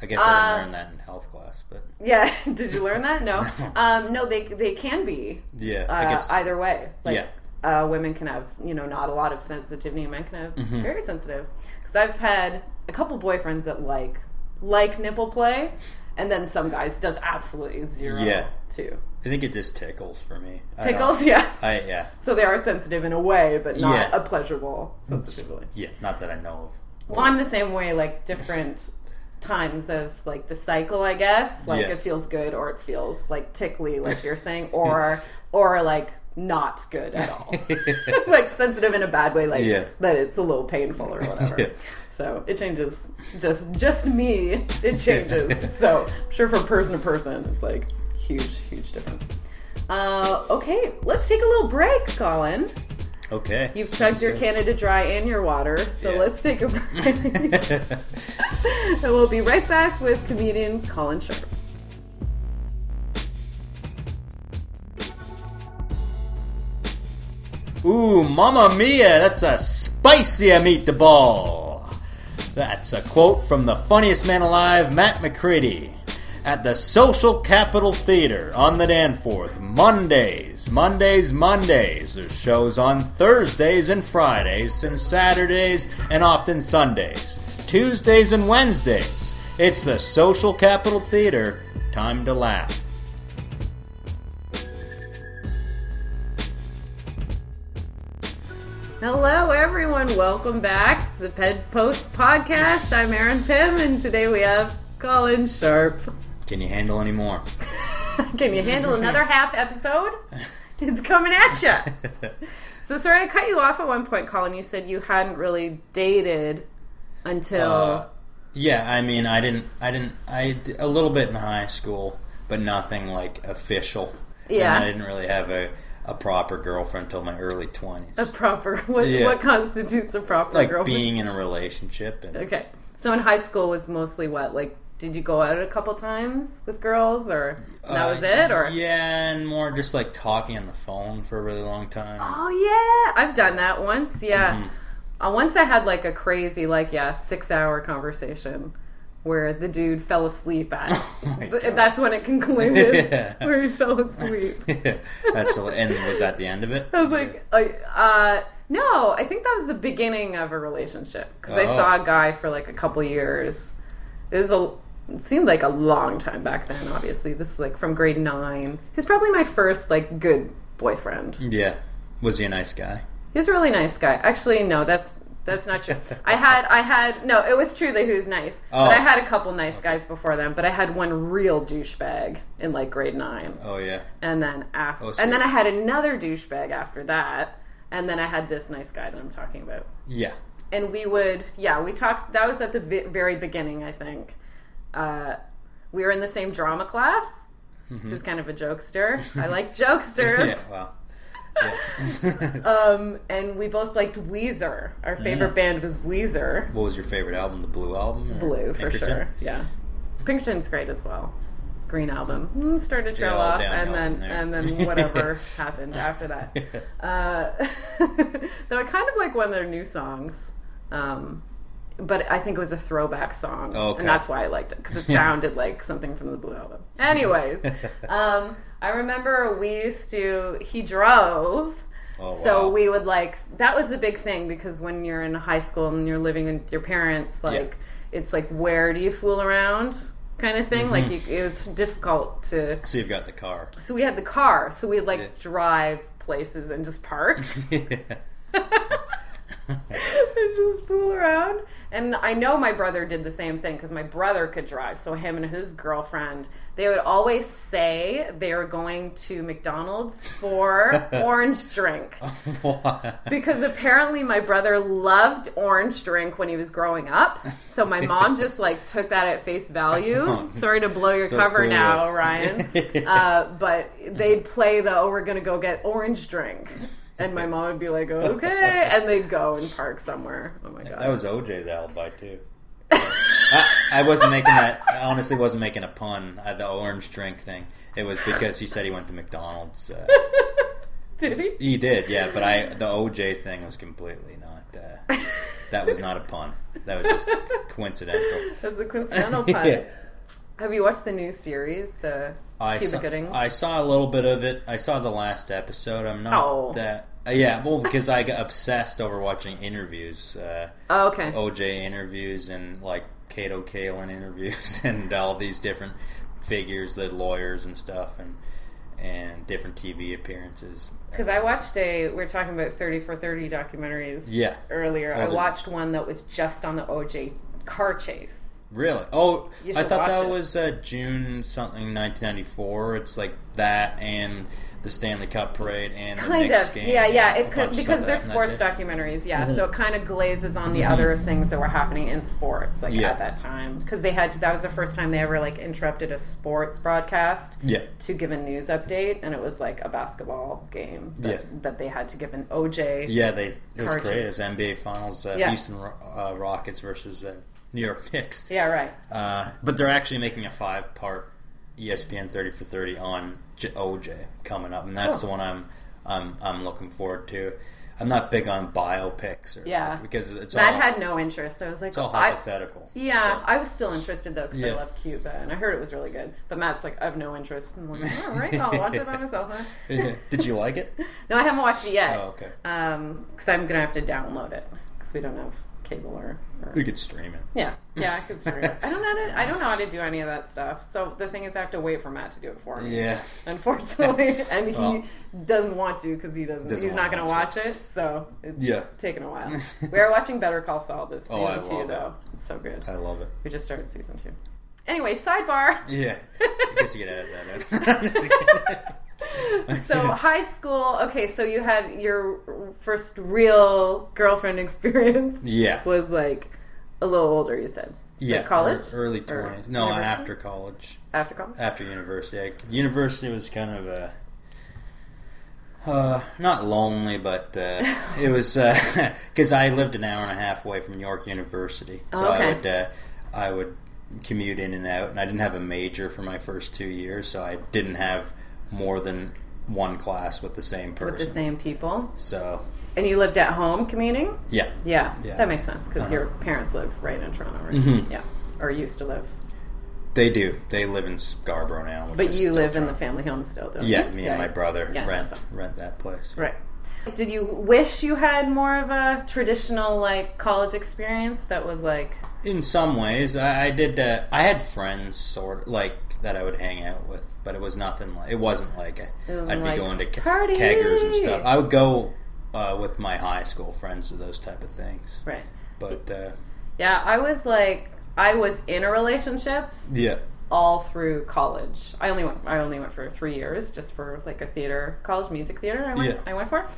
Speaker 2: I guess I
Speaker 1: Uh,
Speaker 2: didn't learn that in health class, but
Speaker 1: more- Yeah. Did you learn that? No. um, no, they they can be
Speaker 2: yeah,
Speaker 1: uh,
Speaker 2: I guess
Speaker 1: either way. Like,
Speaker 2: yeah. Mm-hmm.
Speaker 1: Uh, women can have you know not a lot of sensitivity. Men can have very sensitive. Because I've had a couple boyfriends that like like nipple play, and then some guys does absolutely zero.
Speaker 2: Yeah.
Speaker 1: Too
Speaker 2: I think it just tickles for me. I don't-
Speaker 1: tickles. Yeah.
Speaker 2: I yeah
Speaker 1: So they are sensitive in a way, but not
Speaker 2: Yeah.
Speaker 1: a pleasurable sensitivity.
Speaker 2: yeah. Not that I know of.
Speaker 1: Well, I'm the same way, like different times of like the cycle, I guess. Like
Speaker 2: Yeah.
Speaker 1: it feels good or it feels like tickly, like you're saying, or or like not good at all. like sensitive in a bad way, like
Speaker 2: Yeah.
Speaker 1: but it's a little painful or whatever.
Speaker 2: Yeah.
Speaker 1: So it changes just just me. It changes. so I'm sure from person to person it's like huge, huge difference. Uh, okay, let's take a little break, Colin.
Speaker 2: Okay,
Speaker 1: You've chugged your Canada Dry and your water, so
Speaker 2: Yeah.
Speaker 1: let's take a break. and we'll be right back with comedian Colin Sharp.
Speaker 2: Ooh, Mamma Mia, that's a spicy meatball. That's a quote from the funniest man alive, Matt McCready, at the Social Capital Theater on the Danforth, Mondays, Mondays, Mondays. There's shows on Thursdays and Fridays, and Saturdays, and often Sundays, Tuesdays and Wednesdays. It's the Social Capital Theater. Time to laugh.
Speaker 1: Hello, everyone. Welcome back to the Ped Post Podcast. I'm Aaron Pym, and today we have Colin Sharp.
Speaker 2: Can you handle any more?
Speaker 1: Can you handle another half episode? It's coming at you. So, sorry, I cut you off at one point, Colin. You said you hadn't really dated until.
Speaker 2: Uh, yeah, I mean, I didn't, I didn't, I d- a little bit in high school, but nothing like official.
Speaker 1: Yeah.
Speaker 2: and I didn't really have a, a proper girlfriend until my early twenties.
Speaker 1: a proper what,
Speaker 2: yeah.
Speaker 1: what constitutes a proper
Speaker 2: Like
Speaker 1: girlfriend?
Speaker 2: being in a relationship, and
Speaker 1: Okay. So in high school was mostly what? Like, did you go out a couple times with girls, or that
Speaker 2: uh,
Speaker 1: was it? Or
Speaker 2: yeah, and more just like talking on the phone for a really long time.
Speaker 1: oh yeah, I've done that once. Yeah,
Speaker 2: Mm-hmm.
Speaker 1: uh, once I had like a crazy, like yeah, six hour conversation where the dude fell asleep at.
Speaker 2: Oh my
Speaker 1: Th-
Speaker 2: God.
Speaker 1: That's when it concluded
Speaker 2: Yeah.
Speaker 1: where he fell asleep.
Speaker 2: That's a, and was that the end of it?
Speaker 1: I was like, I- uh, no, I think that was the beginning of a relationship because I
Speaker 2: Oh.
Speaker 1: saw a guy for like a couple years. It was a, it seemed like a long time back then. Obviously, this is like from grade nine. He's probably my first like good boyfriend.
Speaker 2: Mm. yeah. Was he a nice guy?
Speaker 1: He's a really nice guy. Actually, no, that's That's not true. I had I had no. It was truly who's nice.
Speaker 2: Oh.
Speaker 1: But I had a couple nice guys before them. But I had one real douchebag in like grade nine,
Speaker 2: Oh yeah.
Speaker 1: and then after,
Speaker 2: so-
Speaker 1: and then I had another douchebag after that, and then I had this nice guy that I'm talking about.
Speaker 2: Yeah.
Speaker 1: and we would yeah we talked that was at the vi- very beginning i think uh, we were in the same drama class this is kind of a jokester i like jokesters
Speaker 2: Mm-hmm. Yeah. Well. Yeah.
Speaker 1: um, and we both liked weezer our
Speaker 2: Mm.
Speaker 1: favorite band was weezer
Speaker 2: what was your favorite album? The Blue album? or
Speaker 1: blue for
Speaker 2: Pinkerton?
Speaker 1: sure yeah pinkerton's great as well green album mm, started to trail
Speaker 2: all
Speaker 1: off and
Speaker 2: downhill
Speaker 1: then
Speaker 2: from there.
Speaker 1: and then whatever happened after that Uh, though I kind of like one of their new songs. Um, but I think it was a throwback song,
Speaker 2: Okay.
Speaker 1: and that's why I liked it because it sounded like something from the Blue Album. Anyways, um, I remember we used to he drove,
Speaker 2: Oh,
Speaker 1: so
Speaker 2: wow.
Speaker 1: we would like that was the big thing because when you're in high school and you're living with your parents, like it's like where do you fool around kind of thing. Like you,
Speaker 2: Mm-hmm.
Speaker 1: it was difficult to
Speaker 2: So you've got the car.
Speaker 1: so we had the car, so we'd like
Speaker 2: Yeah.
Speaker 1: drive places and just park
Speaker 2: yeah.
Speaker 1: and just fool around. And I know my brother did the same thing because my brother could drive. So him and his girlfriend, they would always say they were going to McDonald's for orange drink because apparently my brother loved orange drink when he was growing up. So my mom just like took that at face value. Sorry to blow your
Speaker 2: So
Speaker 1: cover now,
Speaker 2: clueless.
Speaker 1: Ryan. Uh, but they'd play the oh we're gonna go get orange drink, and my mom would be like okay, and they'd go and park somewhere. Oh my god,
Speaker 2: That was OJ's alibi too. I, I wasn't making that. I honestly wasn't making a pun. I, the orange drink thing. It was because he said he went to McDonald's. Uh,
Speaker 1: did he?
Speaker 2: he did, yeah. But I the OJ thing was completely not. Uh, that was not a pun. That was just coincidental.
Speaker 1: That's a coincidental pun.
Speaker 2: Yeah.
Speaker 1: Have you watched the new series? The
Speaker 2: I
Speaker 1: Cuba
Speaker 2: saw,
Speaker 1: Gooding.
Speaker 2: I saw a little bit of it. I saw the last episode. I'm not
Speaker 1: Oh.
Speaker 2: that. uh, yeah, well, because I got obsessed over watching interviews, uh,
Speaker 1: oh, okay.
Speaker 2: OJ interviews, and like Cato Kalin interviews, and all these different figures, the lawyers and stuff, and and different TV appearances.
Speaker 1: Because I watched a we were talking about thirty for thirty documentaries.
Speaker 2: Yeah, Oh,
Speaker 1: earlier. I
Speaker 2: Other-
Speaker 1: watched one that was just on the OJ car chase.
Speaker 2: really. Oh,
Speaker 1: You
Speaker 2: I
Speaker 1: should
Speaker 2: thought
Speaker 1: watch
Speaker 2: that
Speaker 1: it.
Speaker 2: was uh, June something, 1994. It's like that and. The Stanley Cup parade and the
Speaker 1: Kind
Speaker 2: Knicks
Speaker 1: of,
Speaker 2: game.
Speaker 1: yeah, yeah.
Speaker 2: a
Speaker 1: It could,
Speaker 2: bunch of stuff
Speaker 1: because
Speaker 2: that
Speaker 1: they're
Speaker 2: happened that Mm-hmm.
Speaker 1: sports
Speaker 2: day.
Speaker 1: documentaries, yeah. So it kind of glazes on the other things that were happening in sports, like
Speaker 2: Mm-hmm. Yeah.
Speaker 1: at that time, because they had that was the first time they ever like interrupted a sports broadcast
Speaker 2: Yeah,
Speaker 1: to give a news update, and it was like a basketball game that,
Speaker 2: Yeah.
Speaker 1: that they had to give an OJ.
Speaker 2: Yeah, they it was
Speaker 1: Cards.
Speaker 2: great. It was NBA Finals, uh,
Speaker 1: Yeah.
Speaker 2: Houston Ro- uh, Rockets versus uh, New York Knicks.
Speaker 1: Yeah, right.
Speaker 2: Uh, but they're actually making a five-part E ESPN 30 for 30 on J- OJ coming up, and that's
Speaker 1: Cool.
Speaker 2: the one I'm I'm I'm looking forward to. I'm not big on biopics, or
Speaker 1: Yeah.
Speaker 2: because it's all
Speaker 1: Matt had no interest. I was like,
Speaker 2: it's all
Speaker 1: I,
Speaker 2: hypothetical.
Speaker 1: Yeah, I was still interested though because I
Speaker 2: Yeah.
Speaker 1: love Cuba and I heard it was really good. But Matt's like, I have no interest. And I'm like, all right, I'll watch it by myself. huh?"
Speaker 2: So- Did you like it?
Speaker 1: no, I haven't watched it yet.
Speaker 2: Oh, okay.
Speaker 1: because I'm gonna have to download it because we don't have cable or. or-
Speaker 2: We could stream it.
Speaker 1: yeah, yeah, I could screw it. I don't know. How to, I don't know how to do any of that stuff. So the thing is, I have to wait for Matt to do it for me.
Speaker 2: Yeah.
Speaker 1: Unfortunately, and he
Speaker 2: Well-
Speaker 1: doesn't want to because he doesn't.
Speaker 2: Doesn't
Speaker 1: he's not going to
Speaker 2: wanna
Speaker 1: watch it, so it's
Speaker 2: Yeah.
Speaker 1: taken a while. we are watching Better Call Saul this season
Speaker 2: Oh, I
Speaker 1: two,
Speaker 2: love it. Uh,
Speaker 1: though. It's so good.
Speaker 2: I love it.
Speaker 1: We just started season two. Anyway, sidebar.
Speaker 2: Yeah. I guess you could edit that out.
Speaker 1: So high school. Okay, so you had your first real girlfriend experience
Speaker 2: yeah.
Speaker 1: was like a little older. You said
Speaker 2: Yeah,
Speaker 1: Like college,
Speaker 2: ear- early
Speaker 1: Or
Speaker 2: twenties. No,
Speaker 1: university?
Speaker 2: after college,
Speaker 1: after college.
Speaker 2: after university. I, university was kind of a uh, not lonely, but uh, it was because I lived an hour and a half away from York University, so
Speaker 1: Oh, okay.
Speaker 2: I would uh, I would commute in and out, and I didn't have a major for my first two years, so I didn't have more than one class with the same person.
Speaker 1: With the same people,
Speaker 2: So
Speaker 1: and you lived at home commuting.
Speaker 2: yeah,
Speaker 1: Yeah,
Speaker 2: Yeah. Uh-huh. Mm-hmm.
Speaker 1: that makes sense because your parents live right in Toronto, right? Yeah, or used to live.
Speaker 2: they do. They live in Scarborough now, which
Speaker 1: But
Speaker 2: is
Speaker 1: you
Speaker 2: still
Speaker 1: live in the
Speaker 2: Toronto.
Speaker 1: family home still, don't
Speaker 2: yeah.
Speaker 1: you?
Speaker 2: Me and my brother
Speaker 1: Yeah,
Speaker 2: rent
Speaker 1: that's-
Speaker 2: rent that place.
Speaker 1: Right. Did you wish you had more of a traditional like college experience that was like
Speaker 2: In some ways, I, I did. Uh, I had friends, sort of, like that I would hang out with, but it was nothing. like It wasn't like i
Speaker 1: wasn't
Speaker 2: I'd be
Speaker 1: like,
Speaker 2: going to ke-
Speaker 1: "Party!"
Speaker 2: keggers and stuff. I would go uh, with my high school friends or those type of things.
Speaker 1: Right.
Speaker 2: But uh,
Speaker 1: Yeah, I was like, I was in a relationship
Speaker 2: yeah,
Speaker 1: all through college. I only went, I only went for three years, just for like a theater, college music theater. I went,
Speaker 2: Yeah.
Speaker 1: I went for.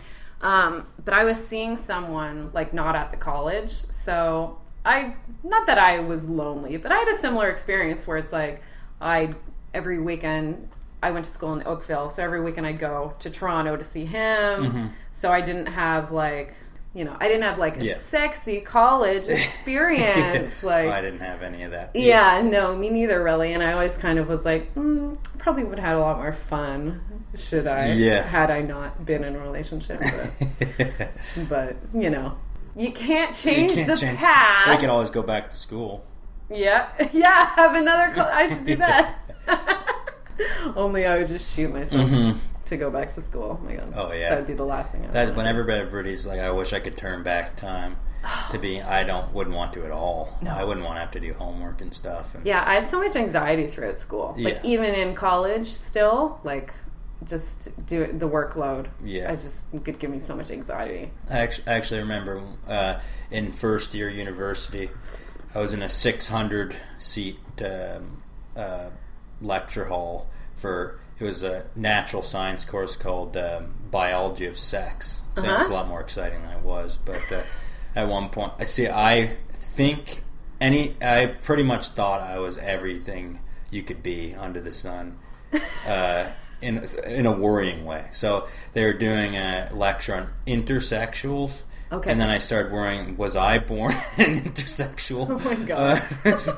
Speaker 1: Um, but I was seeing someone like not at the college, so I not that I was lonely, but I had a similar experience where it's like I every weekend I went to school in Oakville, so every weekend I go to Toronto to see him.
Speaker 2: Mm-hmm.
Speaker 1: So I didn't have like you know I didn't have like a
Speaker 2: Yeah.
Speaker 1: sexy college experience like
Speaker 2: I didn't have any of that.
Speaker 1: yeah, no, me neither, really. And I always kind of was like, mm, probably would have had a lot more fun should I,
Speaker 2: Yeah.
Speaker 1: had I not been in a relationship. But, but you know, you can't
Speaker 2: you
Speaker 1: change
Speaker 2: can't
Speaker 1: the
Speaker 2: change. We
Speaker 1: past.
Speaker 2: could always go back to school.
Speaker 1: yeah, yeah, have another. Cl- I should do that. Only I would just shoot myself to go back to school. Oh my God,
Speaker 2: Mm-hmm. Oh, yeah.
Speaker 1: that'd be the last thing. I would
Speaker 2: That
Speaker 1: want.
Speaker 2: when everybody's like, I wish I could turn back time to be. I don't wouldn't want to at all. I wouldn't want to have to do homework and stuff. And,
Speaker 1: Yeah, I had so much anxiety throughout school.
Speaker 2: Yeah.
Speaker 1: Like even in college, still like just do the workload.
Speaker 2: Yeah.
Speaker 1: I just it could give me so much anxiety.
Speaker 2: I actually, I actually remember uh, in first year university, I was in a 600 seat um, uh, lecture hall for it was a natural science course called um, biology of sex. Sounds a
Speaker 1: Uh-huh.
Speaker 2: lot more exciting than it was, but uh, at one point, I see. I think any, I pretty much thought I was everything you could be under the sun uh, in in a worrying way. So they were doing a lecture on intersexuals.
Speaker 1: Okay.
Speaker 2: And then I started worrying: Was I born an intersexual?
Speaker 1: Oh my God.
Speaker 2: Uh, so-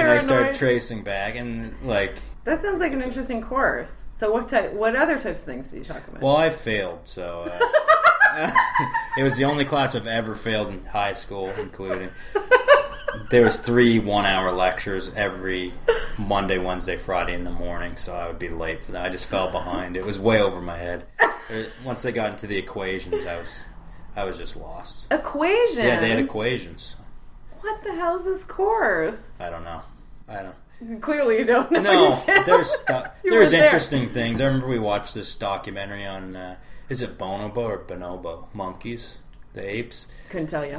Speaker 2: and I started
Speaker 1: Paranoid.
Speaker 2: tracing back, and like,
Speaker 1: That sounds like an interesting course. So what type? What other types of things do you talk about?
Speaker 2: well, I failed. So uh, it was the only class I've ever failed in high school, including. There was three one-hour lectures every Monday, Wednesday, Friday in the morning, so I would be late for that. I just fell behind. It was way over my head. Uh, Once I got into the equations, I was, I was just lost.
Speaker 1: Equations.
Speaker 2: Yeah, they had equations.
Speaker 1: What the hell's this course?
Speaker 2: I don't know. I don't.
Speaker 1: Clearly, you don't know.
Speaker 2: No,
Speaker 1: you
Speaker 2: there's stu-
Speaker 1: You
Speaker 2: there's
Speaker 1: were there.
Speaker 2: interesting things. I remember we watched this documentary on uh, is it bonobo or bonobo monkeys, the apes.
Speaker 1: couldn't tell you.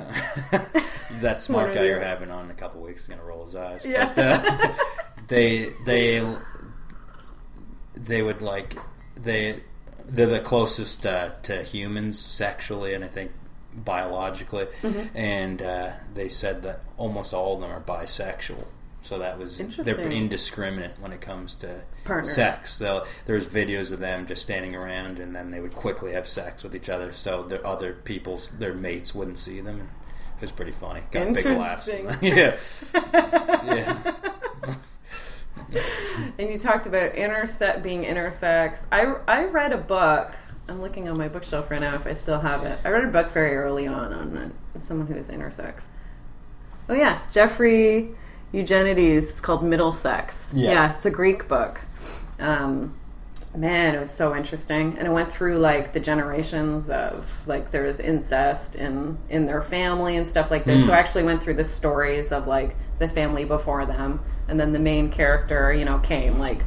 Speaker 2: that
Speaker 1: One
Speaker 2: smart
Speaker 1: or
Speaker 2: guy
Speaker 1: the
Speaker 2: you're
Speaker 1: other.
Speaker 2: having on in a couple weeks is gonna roll his eyes.
Speaker 1: Yeah.
Speaker 2: But uh, they they they would like they they're the closest uh, to humans sexually and I think biologically,
Speaker 1: Mm-hmm.
Speaker 2: and uh, they said that almost all of them are bisexual. So that was they're
Speaker 1: Interesting.
Speaker 2: indiscriminate when it comes to
Speaker 1: Partners.
Speaker 2: sex. So there's videos of them just standing around, and then they would quickly have sex with each other, so their other people's their mates wouldn't see them. And it was pretty funny. Got big laughs.
Speaker 1: Interesting.
Speaker 2: yeah, yeah.
Speaker 1: And you talked about intersex being intersex. I, I read a book. I'm looking on my bookshelf right now if I still have it. I read a book very early on on a- someone who is intersex. Oh yeah, Jeffrey Eugenides. It's called Middlesex.
Speaker 2: Yeah.
Speaker 1: it's a Greek book. Um, man, it was so interesting, and it went through like the generations of like there was incest in in their family and stuff like this. So I actually went through the stories of like the family before them, and then the main character, you know, came like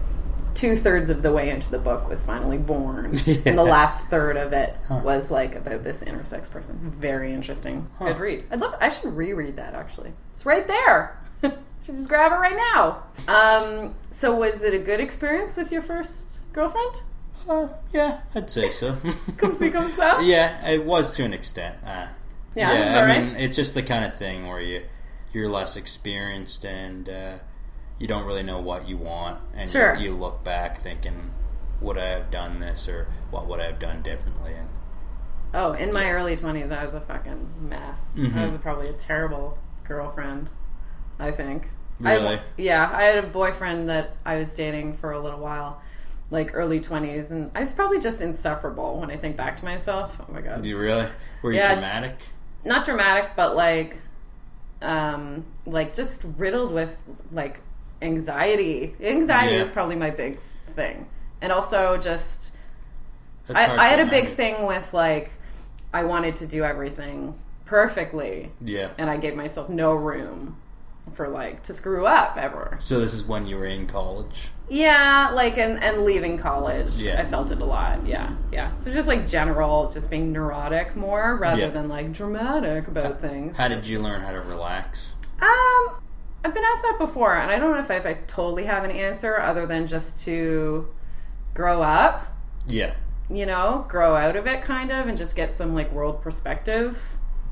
Speaker 1: two thirds of the way into the book was finally born, and the last third of it was like about this intersex person. Very interesting. Good read. I'd love. I should reread that actually. It's right there. should just grab it right now. Um, so was it a good experience with your first girlfriend?
Speaker 2: Uh, yeah, I'd say so.
Speaker 1: Come see, come so.
Speaker 2: yeah, it was to an extent. Uh,
Speaker 1: Yeah,
Speaker 2: I
Speaker 1: alright.
Speaker 2: mean, it's just the kind of thing where you you're less experienced and uh, you don't really know what you want, and
Speaker 1: Sure.
Speaker 2: you, you look back thinking, "Would I have done this, or what would I have done differently?" And
Speaker 1: Oh, in my early twenties, I was a fucking mess. I
Speaker 2: Mm-hmm.
Speaker 1: was probably a terrible girlfriend. I think. I-
Speaker 2: Really?
Speaker 1: yeah, I had a boyfriend that I was dating for a little while, like early twenties, and I was probably just insufferable when I think back to myself. Oh my god,
Speaker 2: Do you really? Were you
Speaker 1: Yeah.
Speaker 2: dramatic?
Speaker 1: not dramatic, but like, um, like just riddled with like anxiety. Anxiety
Speaker 2: Yeah.
Speaker 1: is probably my big thing, and also just
Speaker 2: That's hard
Speaker 1: I, I
Speaker 2: to
Speaker 1: had a big
Speaker 2: imagine.
Speaker 1: thing with like I wanted to do everything perfectly
Speaker 2: Yeah.
Speaker 1: and I gave myself no room for like to screw up ever.
Speaker 2: So this is when you were in college.
Speaker 1: Yeah, like and and leaving college,
Speaker 2: Yeah.
Speaker 1: I felt it a lot. Yeah, yeah. So just like general, just being neurotic more rather
Speaker 2: Yeah.
Speaker 1: than like dramatic about things.
Speaker 2: How did you learn how to relax?
Speaker 1: Um, I've been asked that before, and I don't know if I, if I totally have an answer other than just to grow up,
Speaker 2: Yeah.
Speaker 1: you know, grow out of it kind of, and just get some like world perspective,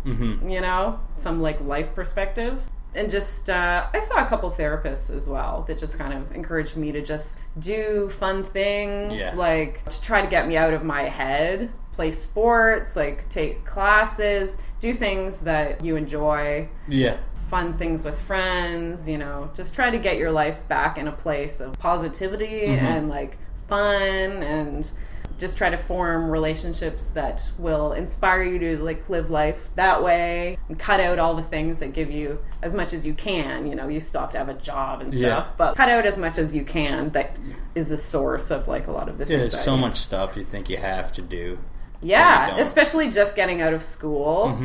Speaker 2: Mm-hmm.
Speaker 1: you know, some like life perspective. And just, uh, I saw a couple therapists as well that just kind of encouraged me to just do fun things,
Speaker 2: Yeah.
Speaker 1: like to try to get me out of my head, play sports, like take classes, do things that you enjoy
Speaker 2: Yeah.
Speaker 1: fun things with friends, you know, just try to get your life back in a place of positivity
Speaker 2: Mm-hmm.
Speaker 1: and like fun and just try to form relationships that will inspire you to like live life that way and cut out all the things that give you as much as you can. You know, you still have to have a job and
Speaker 2: Yeah.
Speaker 1: stuff, but cut out as much as you can that is the source of like a lot of this.
Speaker 2: There's so
Speaker 1: anxiety.
Speaker 2: much stuff you think you have to do. that
Speaker 1: Yeah,
Speaker 2: you don't. Mm-hmm.
Speaker 1: especially just getting out of school.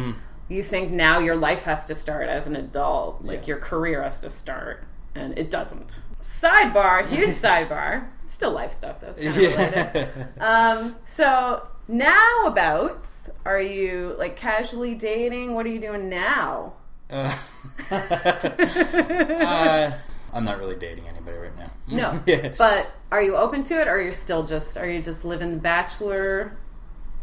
Speaker 1: You think now your life has to start as an adult, like
Speaker 2: Yeah.
Speaker 1: your career has to start, and it doesn't. Sidebar, huge sidebar. Still life stuff though. It's kinda related.
Speaker 2: Yeah.
Speaker 1: Um, so now about are you like casually dating? What are you doing now?
Speaker 2: Uh, uh, I'm not really dating anybody right now.
Speaker 1: No,
Speaker 2: yeah.
Speaker 1: but are you open to it, or you're still just are you just living the bachelor,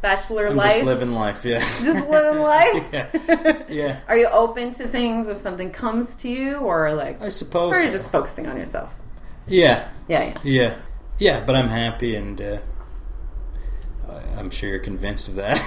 Speaker 1: bachelor
Speaker 2: I'm
Speaker 1: life?
Speaker 2: just living life. Yeah.
Speaker 1: Just living life?
Speaker 2: yeah. Yeah.
Speaker 1: Are you open to things if something comes to you, or like,
Speaker 2: I suppose.
Speaker 1: or are you
Speaker 2: so.
Speaker 1: just focusing on yourself?
Speaker 2: Yeah.
Speaker 1: Yeah, yeah.
Speaker 2: Yeah. Yeah. But I'm happy, and uh, I- I'm sure you're convinced of that.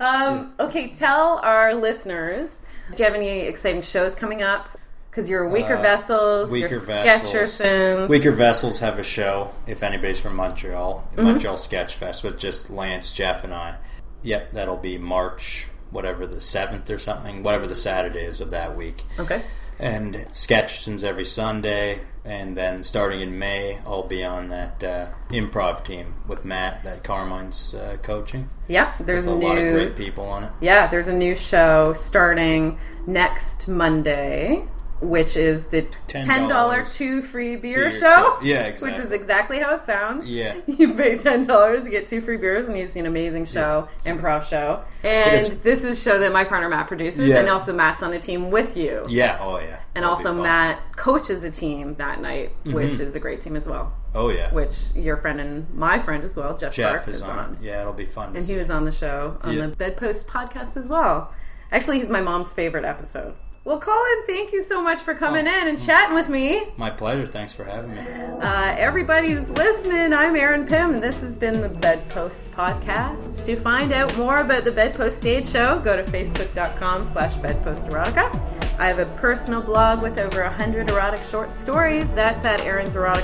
Speaker 1: Um, okay, tell our listeners. Do you have any exciting shows coming up? Because you're weaker
Speaker 2: Uh,
Speaker 1: vessels,
Speaker 2: Weaker
Speaker 1: your
Speaker 2: Vessels.
Speaker 1: Sketchersons.
Speaker 2: Weaker Vessels have a show. If anybody's from Montreal,
Speaker 1: Mm-hmm.
Speaker 2: Montreal Sketch Fest with just Lance, Jeff, and I. Yep, that'll be March, whatever the seventh or something, whatever the Saturday is of that week.
Speaker 1: Okay.
Speaker 2: And Sketchersons every Sunday, and then starting in May, I'll be on that uh, improv team with Matt that Carmine's uh, coaching.
Speaker 1: Yeah, there's
Speaker 2: There's a
Speaker 1: a new.
Speaker 2: lot of great people on it.
Speaker 1: Yeah, there's a new show starting next Monday, which is the ten dollar
Speaker 2: $10
Speaker 1: two free beer,
Speaker 2: Beer
Speaker 1: show.
Speaker 2: show. Yeah, exactly.
Speaker 1: Which is exactly how it sounds.
Speaker 2: Yeah.
Speaker 1: You pay ten dollars, you get two free beers, and you see an amazing show, improv show. And
Speaker 2: It is-
Speaker 1: this is a show that my partner Matt produces,
Speaker 2: Yeah.
Speaker 1: and also Matt's on a team with you.
Speaker 2: Yeah, oh yeah.
Speaker 1: And
Speaker 2: That'll be
Speaker 1: also
Speaker 2: fun. Mm-hmm.
Speaker 1: Matt coaches a team that night, which is a great team as well.
Speaker 2: Oh yeah.
Speaker 1: Which your friend and my friend as well, Jeff,
Speaker 2: Jeff
Speaker 1: Clark,
Speaker 2: is on. it. Yeah, it'll be fun. to
Speaker 1: And
Speaker 2: see.
Speaker 1: he was on the show on
Speaker 2: Yeah.
Speaker 1: the Bedpost podcast as well. Actually, he's my mom's favorite episode. Well, Colin, thank you so much for coming
Speaker 2: Oh.
Speaker 1: in and chatting with me.
Speaker 2: My pleasure. Thanks for having me.
Speaker 1: Uh, everybody who's listening, I'm Erin Pym, and this has been the Bedpost Podcast. To find out more about the Bedpost Stage Show, go to facebook.com slash bedposterotica. I have a personal blog with over 100 erotic short stories. That's at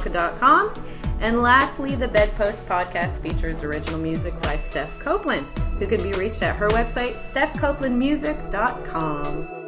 Speaker 1: erinserotica.com. And lastly, the Bedpost Podcast features original music by Steph Copeland, who can be reached at her website, stephcopelandmusic.com.